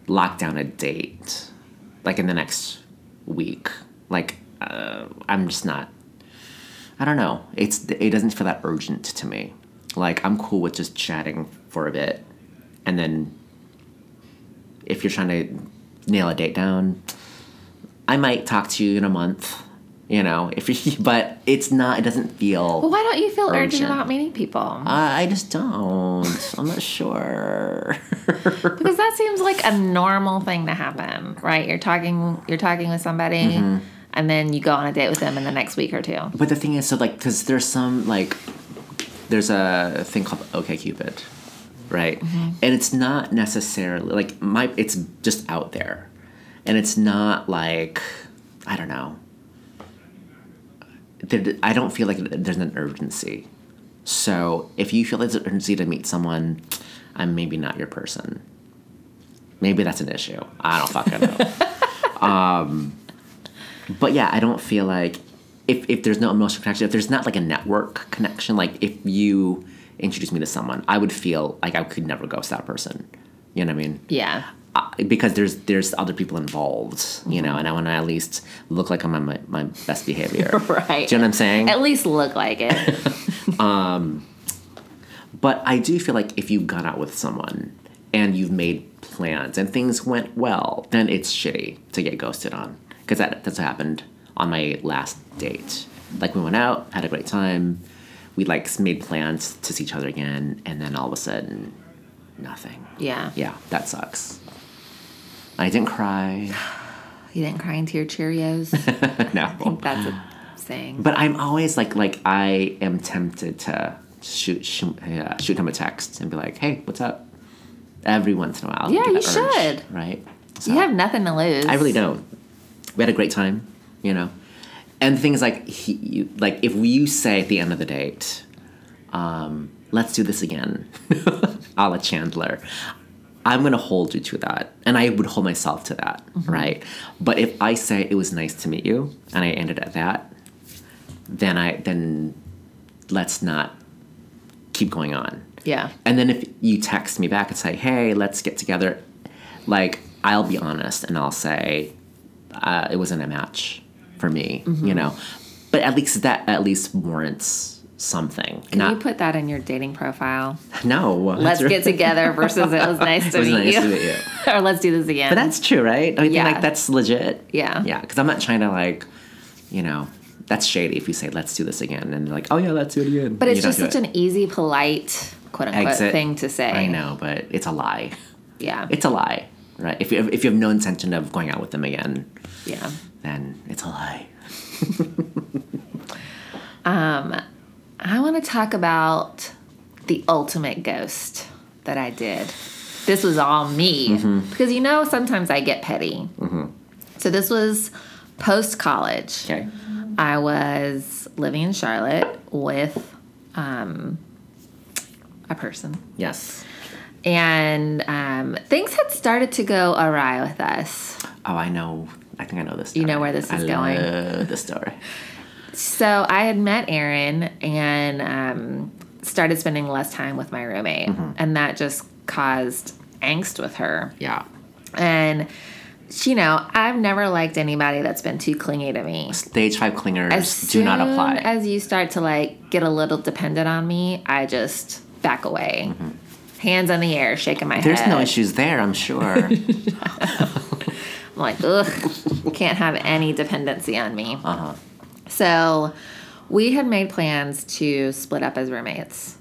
Speaker 2: lock down a date like in the next week like uh, i'm just not I don't know. It's it doesn't feel that urgent to me. Like I'm cool with just chatting for a bit, and then if you're trying to nail a date down, I might talk to you in a month. You know, if you, but it's not. It doesn't
Speaker 1: But
Speaker 2: feel.
Speaker 1: why don't you feel urgent,
Speaker 2: Urgent.
Speaker 1: about meeting people?
Speaker 2: I I just don't. I'm not sure.
Speaker 1: because that seems like a normal thing to happen right you're talking you're talking with somebody
Speaker 2: Mm-hmm.
Speaker 1: and then you go on a date with them in the next week or two
Speaker 2: But the thing is, so like, because there's some like, there's a thing called OK Cupid, right? And it's not necessarily like my. It's just out there, and it's not like I don't know. There, I don't feel like there's an urgency. So if you feel there's an urgency to meet someone, I'm maybe not your person. Maybe that's an issue. I don't fucking know. But yeah, I don't feel like if, if there's no emotional connection, if there's not like a network connection, like if you introduce me to someone, I would feel like I could never ghost that person. You know what I mean?
Speaker 1: yeah
Speaker 2: I, because there's there's other people involved, you
Speaker 1: Mm-hmm.
Speaker 2: know, and I want to at least look like I'm on my, my best behavior.
Speaker 1: Right.
Speaker 2: Do you know what I'm saying?
Speaker 1: at least look like it
Speaker 2: But I do feel like if you've gone out with someone and you've made plans and things went well, then it's shitty to get ghosted on. Because that, that's what happened on my last date. Like, we went out, had a great time, we like made plans to see each other again, and then all of a sudden, nothing.
Speaker 1: yeah
Speaker 2: Yeah, that sucks. I didn't cry.
Speaker 1: you didn't cry into your cheerios i
Speaker 2: no.
Speaker 1: think that's a saying
Speaker 2: But I'm always like, like I am tempted to shoot shoot, uh, shoot him a text and be like, "Hey, what's up?" Every once in a while. I
Speaker 1: Yeah, you
Speaker 2: get that urge,
Speaker 1: should.
Speaker 2: Right. So
Speaker 1: you have nothing to lose
Speaker 2: I really don't. We had a great time, you know. And the thing is, like, he, you, like if you say at the end of the date, um, let's do this again, a la Chandler. I'm gonna hold you to that, and I would hold myself to that, right? But if I say it was nice to meet you, and I ended at that, then I then let's not keep going on.
Speaker 1: Yeah.
Speaker 2: And then if you text me back and say, "Hey, let's get together," like I'll be honest and I'll say, uh, "It wasn't a match for me,"
Speaker 1: Mm-hmm.
Speaker 2: you know. But at least that at least warrants something.
Speaker 1: Can
Speaker 2: Not
Speaker 1: you put that in your dating profile?
Speaker 2: no.
Speaker 1: Let's get together versus it was nice to
Speaker 2: It was
Speaker 1: meet
Speaker 2: nice
Speaker 1: you.
Speaker 2: to meet you.
Speaker 1: or let's do this again.
Speaker 2: But that's true, right? I mean,
Speaker 1: Yeah.
Speaker 2: like that's legit.
Speaker 1: Yeah.
Speaker 2: Yeah, because I'm not trying to like, you know, that's shady if you say let's do this again and they're like, oh yeah, let's do it again.
Speaker 1: But it's just such an easy, polite, quote unquote, thing to say.
Speaker 2: I know, but it's a lie.
Speaker 1: Yeah.
Speaker 2: It's a lie, right? If you if you have no intention of going out with them again,
Speaker 1: yeah.
Speaker 2: then it's a lie.
Speaker 1: I want to talk about the ultimate ghost that I did. This was all me because you know sometimes I get petty. So this was post college.
Speaker 2: Okay.
Speaker 1: I was living in Charlotte with um, a person
Speaker 2: Yes.
Speaker 1: and um, things had started to go awry with us.
Speaker 2: Oh, I know. I think I know this.
Speaker 1: You know
Speaker 2: story.
Speaker 1: where this
Speaker 2: I
Speaker 1: is going.
Speaker 2: Love this story.
Speaker 1: So I had met Aaron and um, started spending less time with my roommate,
Speaker 2: Mm-hmm.
Speaker 1: and that just caused angst with her.
Speaker 2: Yeah.
Speaker 1: And she, you know, I've never liked anybody that's been too clingy to me.
Speaker 2: Stage five clingers
Speaker 1: As
Speaker 2: do not
Speaker 1: soon
Speaker 2: apply.
Speaker 1: As you start to like get a little dependent on me, I just back away, hands in the air, shaking my
Speaker 2: Mm-hmm. There's
Speaker 1: head.
Speaker 2: no issues there, I'm sure.
Speaker 1: I'm like, ugh, can't have any dependency on me.
Speaker 2: uh-huh.
Speaker 1: So we had made plans to split up as roommates.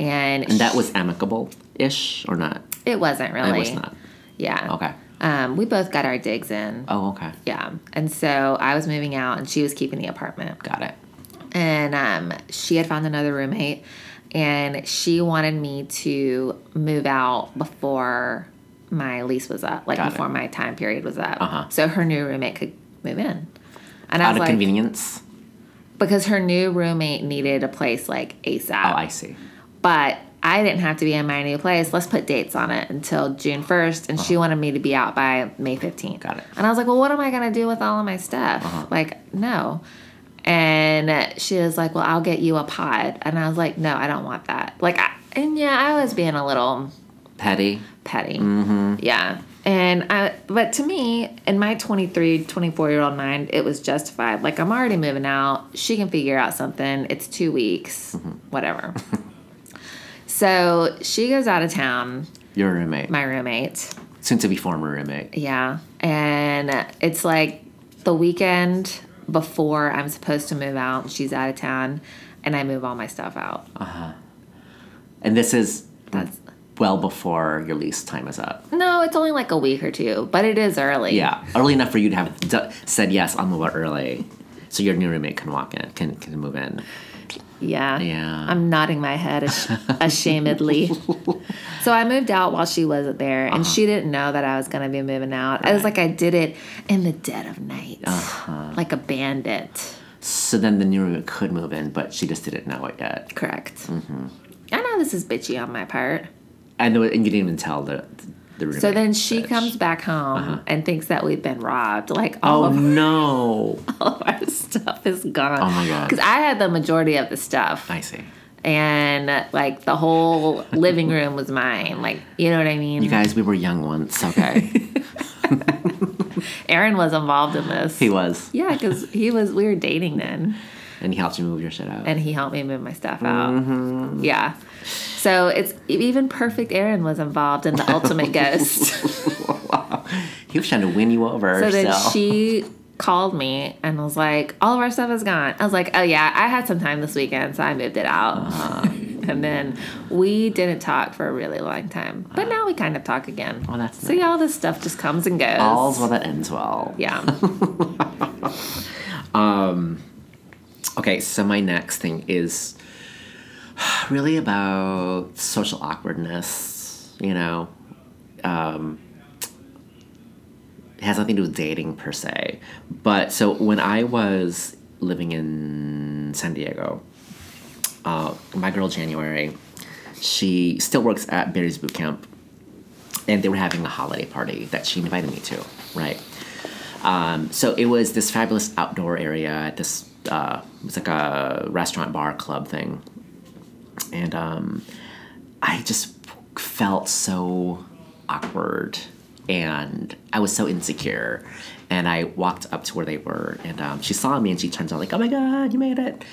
Speaker 1: And,
Speaker 2: And that was amicable ish or not?
Speaker 1: it wasn't really.
Speaker 2: It was not.
Speaker 1: Yeah.
Speaker 2: Okay.
Speaker 1: Um, we both got our digs in.
Speaker 2: Oh, okay.
Speaker 1: Yeah. And so I was moving out and she was keeping the apartment.
Speaker 2: Got it.
Speaker 1: And um, she had found another roommate and she wanted me to move out before my lease was up, like
Speaker 2: Got it.
Speaker 1: before my time period was up.
Speaker 2: Uh-huh.
Speaker 1: So her new roommate could move in. And I
Speaker 2: Out
Speaker 1: was
Speaker 2: of
Speaker 1: like,
Speaker 2: convenience.
Speaker 1: because her new roommate needed a place like ASAP.
Speaker 2: Oh, I see.
Speaker 1: but I didn't have to be in my new place. Let's put dates on it until June 1st. And she wanted me to be out by May 15th.
Speaker 2: Uh-huh. Got it. Uh-huh.
Speaker 1: And I was like, well, what am I going to do with all of my stuff? Like, no. And she was like, well, I'll get you a pod. And I was like, no, I don't want that. Like, I, and yeah, I was being a little
Speaker 2: Petty.
Speaker 1: petty. Yeah. And I, but to me, in my 23, 24 year old mind, it was justified. Like, I'm already moving out. She can figure out something. It's two weeks, whatever. so she goes out of town,
Speaker 2: Your roommate.
Speaker 1: my roommate.
Speaker 2: Soon to be former roommate.
Speaker 1: Yeah. And it's like the weekend before I'm supposed to move out, she's out of town, and I move all my stuff out.
Speaker 2: And this is
Speaker 1: That's-
Speaker 2: well before your lease time is up.
Speaker 1: No, it's only like a week or two, but it is early.
Speaker 2: Yeah. Early enough for you to have d- said, yes, I'll move out early. So your new roommate can walk in, can, can move in.
Speaker 1: Yeah.
Speaker 2: Yeah.
Speaker 1: I'm nodding my head ash- ashamedly. so I moved out while she wasn't there,
Speaker 2: Uh-huh.
Speaker 1: and she didn't know that I was going to be moving out. I was like, I did it in the dead of night,
Speaker 2: Uh-huh.
Speaker 1: like a bandit.
Speaker 2: so then the new roommate could move in, but she just didn't know it yet.
Speaker 1: Correct.
Speaker 2: Mm-hmm.
Speaker 1: I know this is bitchy on my part.
Speaker 2: And, the, and you didn't even tell the, the roommate.
Speaker 1: So then she
Speaker 2: bitch. Uh-huh.
Speaker 1: comes back home and thinks that we've been robbed. Like all,
Speaker 2: Oh,
Speaker 1: of,
Speaker 2: no.
Speaker 1: all of our stuff is gone.
Speaker 2: Oh, my God.
Speaker 1: Because I had the majority of the stuff.
Speaker 2: I see.
Speaker 1: and uh, like the whole living room was mine. Like, you know what I mean?
Speaker 2: You guys, we were young once, okay?
Speaker 1: Aaron was involved in this.
Speaker 2: he was.
Speaker 1: Yeah, because he was we were dating then,
Speaker 2: And he helped you move your shit out.
Speaker 1: and he helped me move my stuff out.
Speaker 2: Mm-hmm.
Speaker 1: Yeah, so it's even perfect. Aaron was involved in the ultimate ghost.
Speaker 2: he was trying to win you over.
Speaker 1: So
Speaker 2: So,
Speaker 1: then she called me and was like, "All of our stuff is gone." I was like, "Oh yeah, I had some time this weekend, so I moved it out."
Speaker 2: Uh-huh.
Speaker 1: and then we didn't talk for a really long time, but now we kind of talk again.
Speaker 2: Oh, that's
Speaker 1: so. Yeah, all this stuff just comes and goes.
Speaker 2: all's well that ends well.
Speaker 1: yeah.
Speaker 2: Okay, so my next thing is really about social awkwardness, you know. Um, it has nothing to do with dating per se. But so when I was living in San Diego, uh, my girl January, She still works at Barry's Boot Camp, and they were having a holiday party that she invited me to, right? Um, so it was this fabulous outdoor area at this, uh, it was like a restaurant bar club thing. And um, I just felt so awkward and I was so insecure. And I walked up to where they were, and um, she saw me and she turns out, like, oh my God, you made it.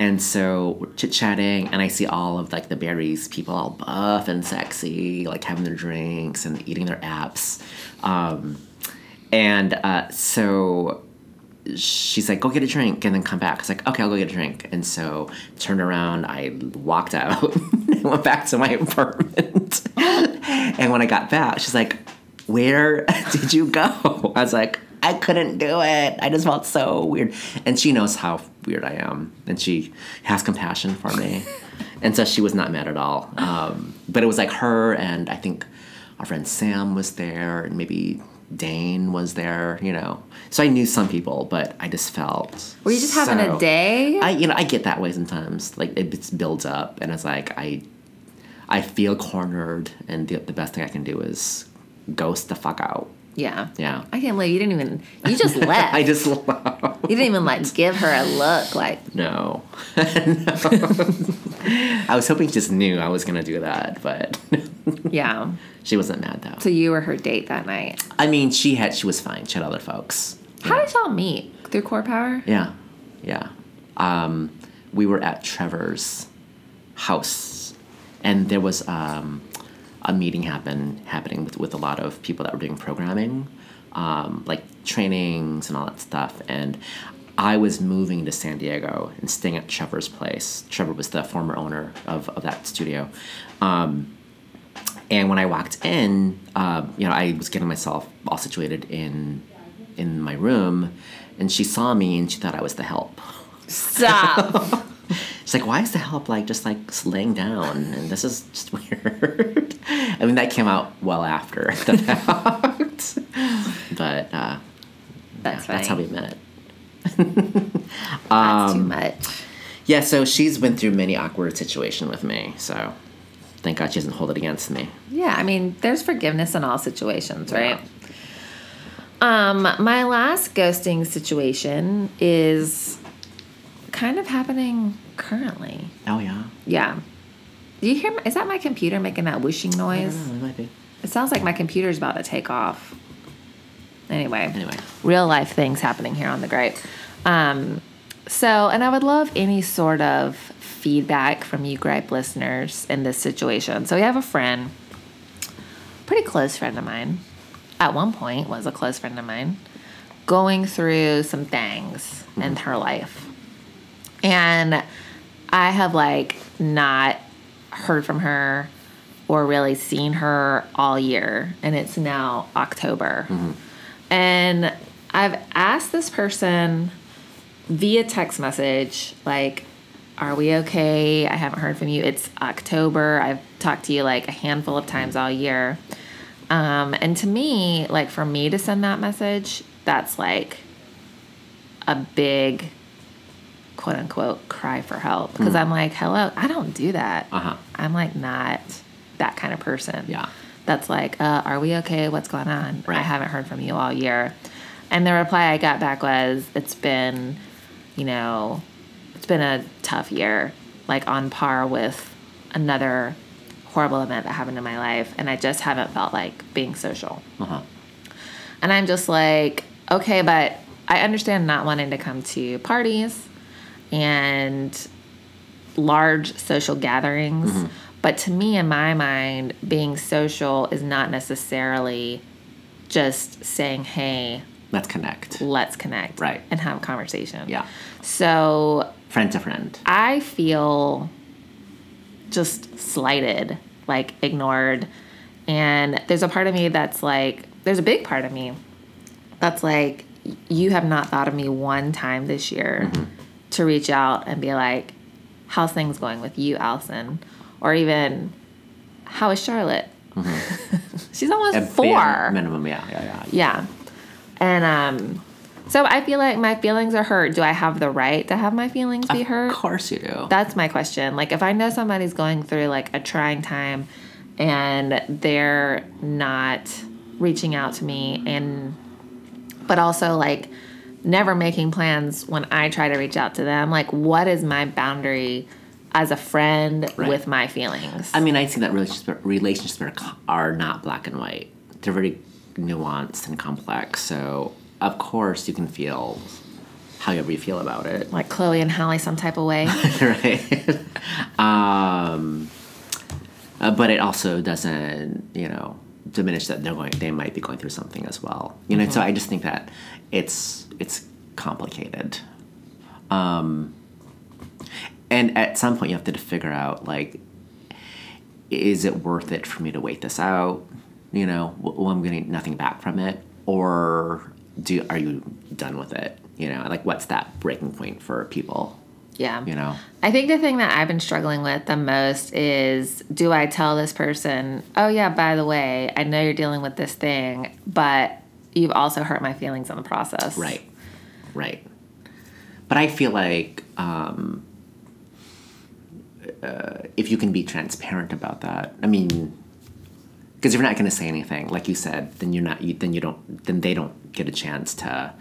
Speaker 2: And so we're chit chatting, and I see all of like the berries people all buff and sexy, like having their drinks and eating their apps. Um, and uh, so she's like, go get a drink and then come back. I was like, okay, I'll go get a drink. And so turned around, I walked out and went back to my apartment. and when I got back, she's like, where did you go? I was like, I couldn't do it. I just felt so weird. And she knows how weird I am. And she has compassion for me. and so she was not mad at all. Um, but it was like her and I think our friend Sam was there and maybe Dane was there, you know. So I knew some people, but I just felt.
Speaker 1: Were you just having a
Speaker 2: so-
Speaker 1: day?
Speaker 2: I you know I get that way sometimes. Like it just builds up, and it's like I, I feel cornered, and the, the best thing I can do is ghost the fuck out.
Speaker 1: yeah.
Speaker 2: Yeah.
Speaker 1: I can't believe you didn't even. You just left.
Speaker 2: I just love
Speaker 1: you didn't even like give her a look. Like
Speaker 2: no. I was hoping she just knew I was gonna do that, but
Speaker 1: yeah.
Speaker 2: she wasn't mad though.
Speaker 1: So you were her date that night.
Speaker 2: I mean, she had she was fine. She had other folks.
Speaker 1: How did y'all meet? Through Core Power?
Speaker 2: Yeah, yeah. Um, we were at Trevor's house, and there was um, a meeting happen happening with, with a lot of people that were doing programming, um, like trainings and all that stuff. And I was moving to San Diego and staying at Trevor's place. Trevor was the former owner of, of that studio. Um, and when I walked in, um, you know, I was getting myself all situated in in my room, and she saw me and she thought I was the help.
Speaker 1: Stop.
Speaker 2: She's like, "Why is the help like just like laying down?" And this is just weird. I mean, that came out well after the fact, but uh,
Speaker 1: That's
Speaker 2: that's how
Speaker 1: funny.
Speaker 2: we Um, met.
Speaker 1: That's too much.
Speaker 2: Yeah, so she's been through many awkward situations with me. So thank God she doesn't hold it against me.
Speaker 1: Yeah, I mean, there's forgiveness in all situations, right? Um, my last ghosting situation is kind of happening currently.
Speaker 2: Oh yeah,
Speaker 1: Yeah. Do you hear? my- Is that my computer making that whooshing
Speaker 2: I
Speaker 1: noise?
Speaker 2: don't know, it might be.
Speaker 1: It sounds like my computer's about to take off. Anyway.
Speaker 2: Anyway.
Speaker 1: Real life things happening here on the gripe. Um, so, and I would love any sort of feedback from you gripe listeners in this situation. So, we have a friend, pretty close friend of mine, at one point was a close friend of mine, going through some things in her life. And I have like not heard from her or really seen her all year. And it's now October. And I've asked this person via text message, like, are we okay? I haven't heard from you. It's October. I've talked to you like a handful of times all year. Um, and to me, like for me to send that message, that's like a big quote unquote cry for help. Because I'm like, hello, I don't do that.
Speaker 2: Mm. Uh-huh.
Speaker 1: I'm like not that kind of person.
Speaker 2: Yeah.
Speaker 1: That's like, uh, are we okay? What's going on? I
Speaker 2: Right.
Speaker 1: haven't heard from you all year. And the reply I got back was, it's been, you know, it's been a tough year, like on par with another horrible event that happened in my life. And I just haven't felt like being social.
Speaker 2: Uh huh.
Speaker 1: And I'm just like, okay, but I understand not wanting to come to parties and large social gatherings.
Speaker 2: Mm-hmm.
Speaker 1: But to me, in my mind, being social is not necessarily just saying, hey,
Speaker 2: Let's connect,
Speaker 1: let's connect
Speaker 2: Right.
Speaker 1: and have a conversation.
Speaker 2: Yeah.
Speaker 1: So
Speaker 2: friend to friend.
Speaker 1: I feel just slighted, like ignored. And there's a part of me that's like, there's a big part of me that's like, you have not thought of me one time this year to reach out and be like, how's things going with you, Allison? Or even, how is Charlotte? She's almost
Speaker 2: A bare
Speaker 1: four.
Speaker 2: minimum. Yeah, yeah, yeah.
Speaker 1: Yeah. And um So I feel like my feelings are hurt. Do I have the right to have my feelings be hurt?
Speaker 2: Of course you do.
Speaker 1: That's my question. Like, if I know somebody's going through like a trying time and they're not reaching out to me, and but also like never making plans when I try to reach out to them, like, what is my boundary as a friend
Speaker 2: Right.
Speaker 1: with my feelings?
Speaker 2: I mean, I think that relationships relationships are, co- are not black and white. They're very nuanced and complex. So of course you can feel however you feel about it,
Speaker 1: like Chloe and Holly, some type of way.
Speaker 2: right? um, uh, but it also doesn't, you know, diminish that they're going. They might be going through something as well. You know. So I just think that it's it's complicated. Um, and at some point you have to figure out like is it worth it for me to wait this out? You know, w- well, I'm getting nothing back from it, or do are you done with it? You know, like what's that breaking point for people?
Speaker 1: yeah.
Speaker 2: You know,
Speaker 1: I think the thing that I've been struggling with the most is do I tell this person, oh, yeah, by the way, I know you're dealing with this thing, but you've also hurt my feelings in the process.
Speaker 2: right, right. But I feel like um, uh, if you can be transparent about that, I mean, because if you're not going to say anything, like you said, then you're not. You, then you don't. Then they don't get a chance to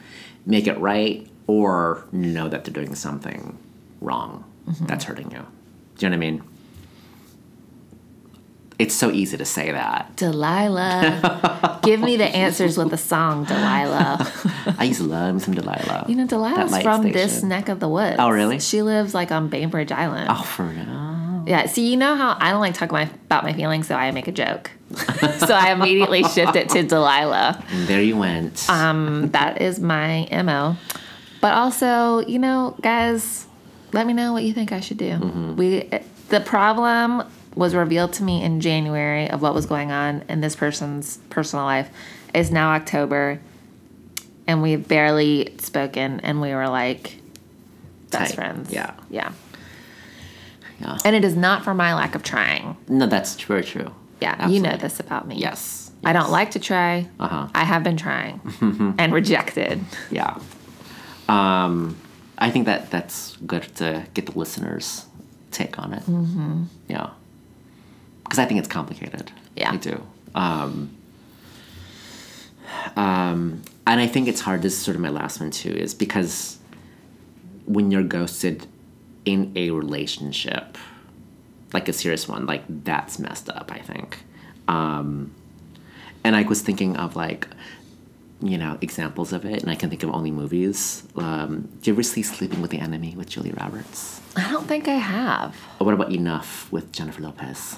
Speaker 2: make it right or know that they're doing something wrong
Speaker 1: Mm-hmm.
Speaker 2: that's hurting you. Do you know what I mean? It's so easy to say that.
Speaker 1: Delilah. Give me the answers with a song, Delilah.
Speaker 2: I used to love some Delilah.
Speaker 1: You know,
Speaker 2: That
Speaker 1: Delilah's
Speaker 2: light
Speaker 1: from this
Speaker 2: station.
Speaker 1: neck of the woods.
Speaker 2: Oh, really?
Speaker 1: She lives like on Bainbridge Island.
Speaker 2: Oh, for real?
Speaker 1: Yeah. See, you know how I don't like talking my, about my feelings, so I make a joke. so I immediately shift it to Delilah.
Speaker 2: And there you went.
Speaker 1: Um, that is my MO. But also, you know, guys, let me know what you think I should do.
Speaker 2: Mm-hmm.
Speaker 1: We the problem was revealed to me in January of what was going on in this person's personal life. It's now October and we've barely spoken and we were like best
Speaker 2: Tight.
Speaker 1: friends.
Speaker 2: Yeah.
Speaker 1: Yeah.
Speaker 2: Yeah.
Speaker 1: And it is not for my lack of trying.
Speaker 2: no, that's very true.
Speaker 1: Yeah, you know
Speaker 2: Absolutely.
Speaker 1: this about me.
Speaker 2: Yes.
Speaker 1: I don't like to try.
Speaker 2: Uh-huh.
Speaker 1: I have been trying and rejected.
Speaker 2: Yeah. Um, I think that that's good to get the listeners' take on it. Mm-hmm. Yeah. Because I think it's complicated.
Speaker 1: Yeah.
Speaker 2: I do. Um, um, and I think it's hard. This is sort of my last one too, is because when you're ghosted in a relationship, like a serious one, like that's messed up. I think. Um, and I was thinking of like you know examples of it, and I can think of only movies. Um, do you ever see Sleeping with the Enemy with Julia Roberts?
Speaker 1: I don't think I have.
Speaker 2: Or what about Enough with Jennifer Lopez?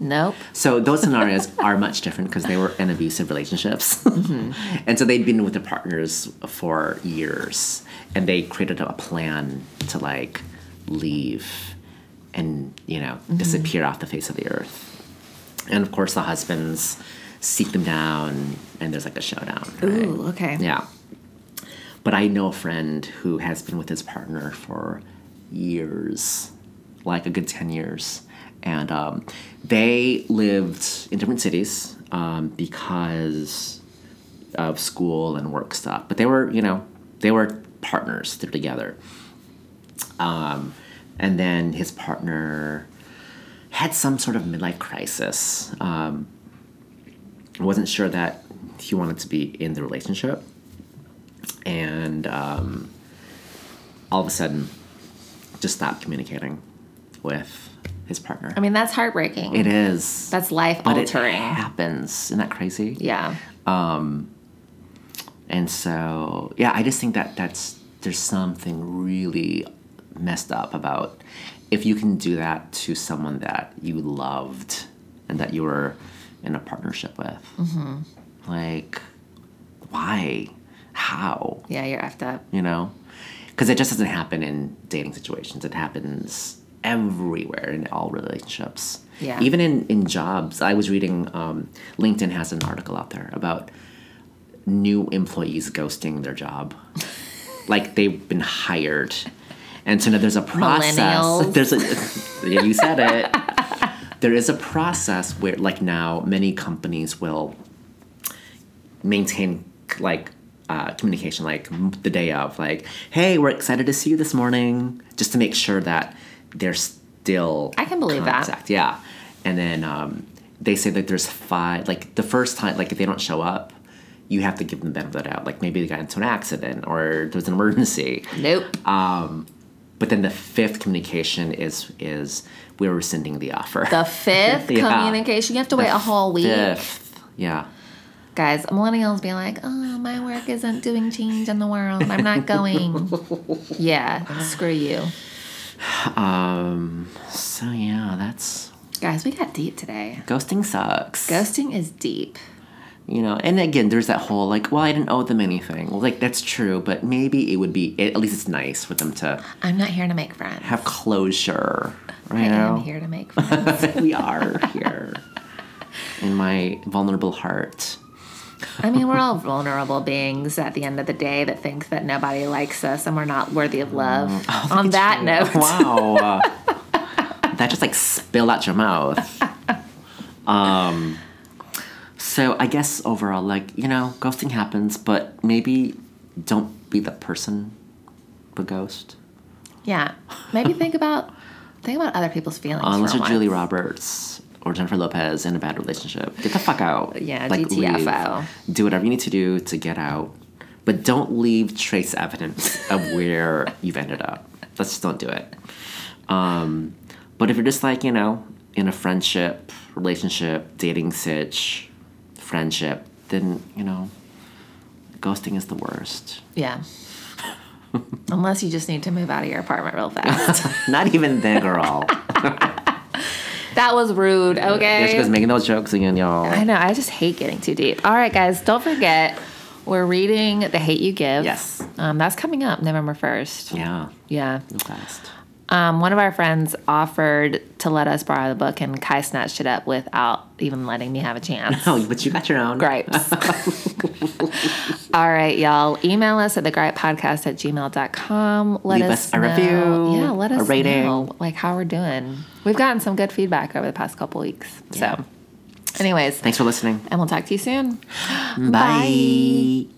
Speaker 1: Nope.
Speaker 2: So those scenarios are much different because they were in abusive relationships, and so they'd been with their partners for years, and they created a plan to like leave, and you know disappear off the face of the earth. And of course, the husbands seek them down, and there's like a showdown. right?
Speaker 1: Ooh, okay.
Speaker 2: Yeah. But I know a friend who has been with his partner for years, like a good 10 years. And um, they lived in different cities um, because of school and work stuff. But they were, you know, they were partners, they're together. Um, and then his partner had some sort of midlife crisis. Um, wasn't sure that he wanted to be in the relationship. And um, all of a sudden, just stopped communicating with his partner.
Speaker 1: I mean, that's heartbreaking.
Speaker 2: it is.
Speaker 1: that's life
Speaker 2: but it
Speaker 1: altering.
Speaker 2: happens. Isn't that crazy?
Speaker 1: Yeah.
Speaker 2: And so, yeah, I just think that that's there's something really messed up about if you can do that to someone that you loved and that you were in a partnership with. Like, why? How?
Speaker 1: Yeah, you're effed up.
Speaker 2: You know? Because it just doesn't happen in dating situations. It happens everywhere in all relationships.
Speaker 1: Yeah.
Speaker 2: Even in, in jobs. I was reading, um, LinkedIn has an article out there about new employees ghosting their job. like they've been hired. And so now there's a process.
Speaker 1: Millennials.
Speaker 2: There's a, yeah, you said it. there is a process where, like now, many companies will maintain like uh, communication like m- the day of like hey we're excited to see you this morning just to make sure that they're still
Speaker 1: I can believe that.
Speaker 2: contact. yeah and then um, they say that there's five like the first time like if they don't show up you have to give them the benefit of the doubt like maybe they got into an accident or there was an emergency
Speaker 1: Nope.
Speaker 2: Uh, but then the fifth communication is is we're rescinding the offer
Speaker 1: the fifth
Speaker 2: Yeah.
Speaker 1: communication. You have to wait a whole week.
Speaker 2: fifth yeah
Speaker 1: Guys, millennials being like, oh, my work isn't doing change in the world. I'm not going. yeah, screw you.
Speaker 2: Um. So yeah, that's
Speaker 1: Guys, we got deep today.
Speaker 2: ghosting sucks.
Speaker 1: Ghosting is deep.
Speaker 2: You know, and again, there's that whole like, well, I didn't owe them anything. Well, like that's true, but maybe it would be at least it's nice for them to
Speaker 1: I'm not here to make friends.
Speaker 2: have closure. You
Speaker 1: I
Speaker 2: know?
Speaker 1: am here to make friends.
Speaker 2: we are here. In my vulnerable heart.
Speaker 1: I mean, we're all vulnerable beings at the end of the day that think that nobody likes us and we're not worthy of love.
Speaker 2: Oh,
Speaker 1: On that note,
Speaker 2: Wow. that just like spilled out your mouth. Um, so I guess overall, like, you know, ghosting happens, but maybe don't be the person who ghost.
Speaker 1: yeah, maybe think about think about other people's feelings.
Speaker 2: Unless
Speaker 1: for
Speaker 2: you're Julie
Speaker 1: once.
Speaker 2: Roberts or Jennifer Lopez in a bad relationship. Get the fuck out.
Speaker 1: Yeah, GTFO.
Speaker 2: leave. Do whatever you need to do to get out. But don't leave trace evidence of where you've ended up. Let's just don't do it. Um, but if you're just like, you know, in a friendship, relationship, dating sitch, friendship, then, you know, ghosting is the worst.
Speaker 1: Yeah. Unless you just need to move out of your apartment real fast.
Speaker 2: Not even the girl.
Speaker 1: that was rude.
Speaker 2: There she
Speaker 1: Okay.
Speaker 2: goes making those jokes again, y'all.
Speaker 1: I know. I just hate getting too deep. All right, guys, don't forget we're reading "The Hate You Give."
Speaker 2: Yes.
Speaker 1: Um, that's coming up November first.
Speaker 2: Yeah,
Speaker 1: Yeah.
Speaker 2: real fast.
Speaker 1: Um, one of our friends offered to let us borrow the book, and Kai snatched it up without even letting me have a chance.
Speaker 2: Oh, but you got your own.
Speaker 1: Gripes. All right, y'all. Email us at thegrippepodcast at gmail.com. Let
Speaker 2: Leave us a
Speaker 1: know-
Speaker 2: review,
Speaker 1: Yeah, let
Speaker 2: a
Speaker 1: us
Speaker 2: rating.
Speaker 1: know like how we're doing. We've gotten some good feedback over the past couple weeks. So, anyways,
Speaker 2: Thanks for listening.
Speaker 1: and we'll talk to you soon.
Speaker 2: Bye.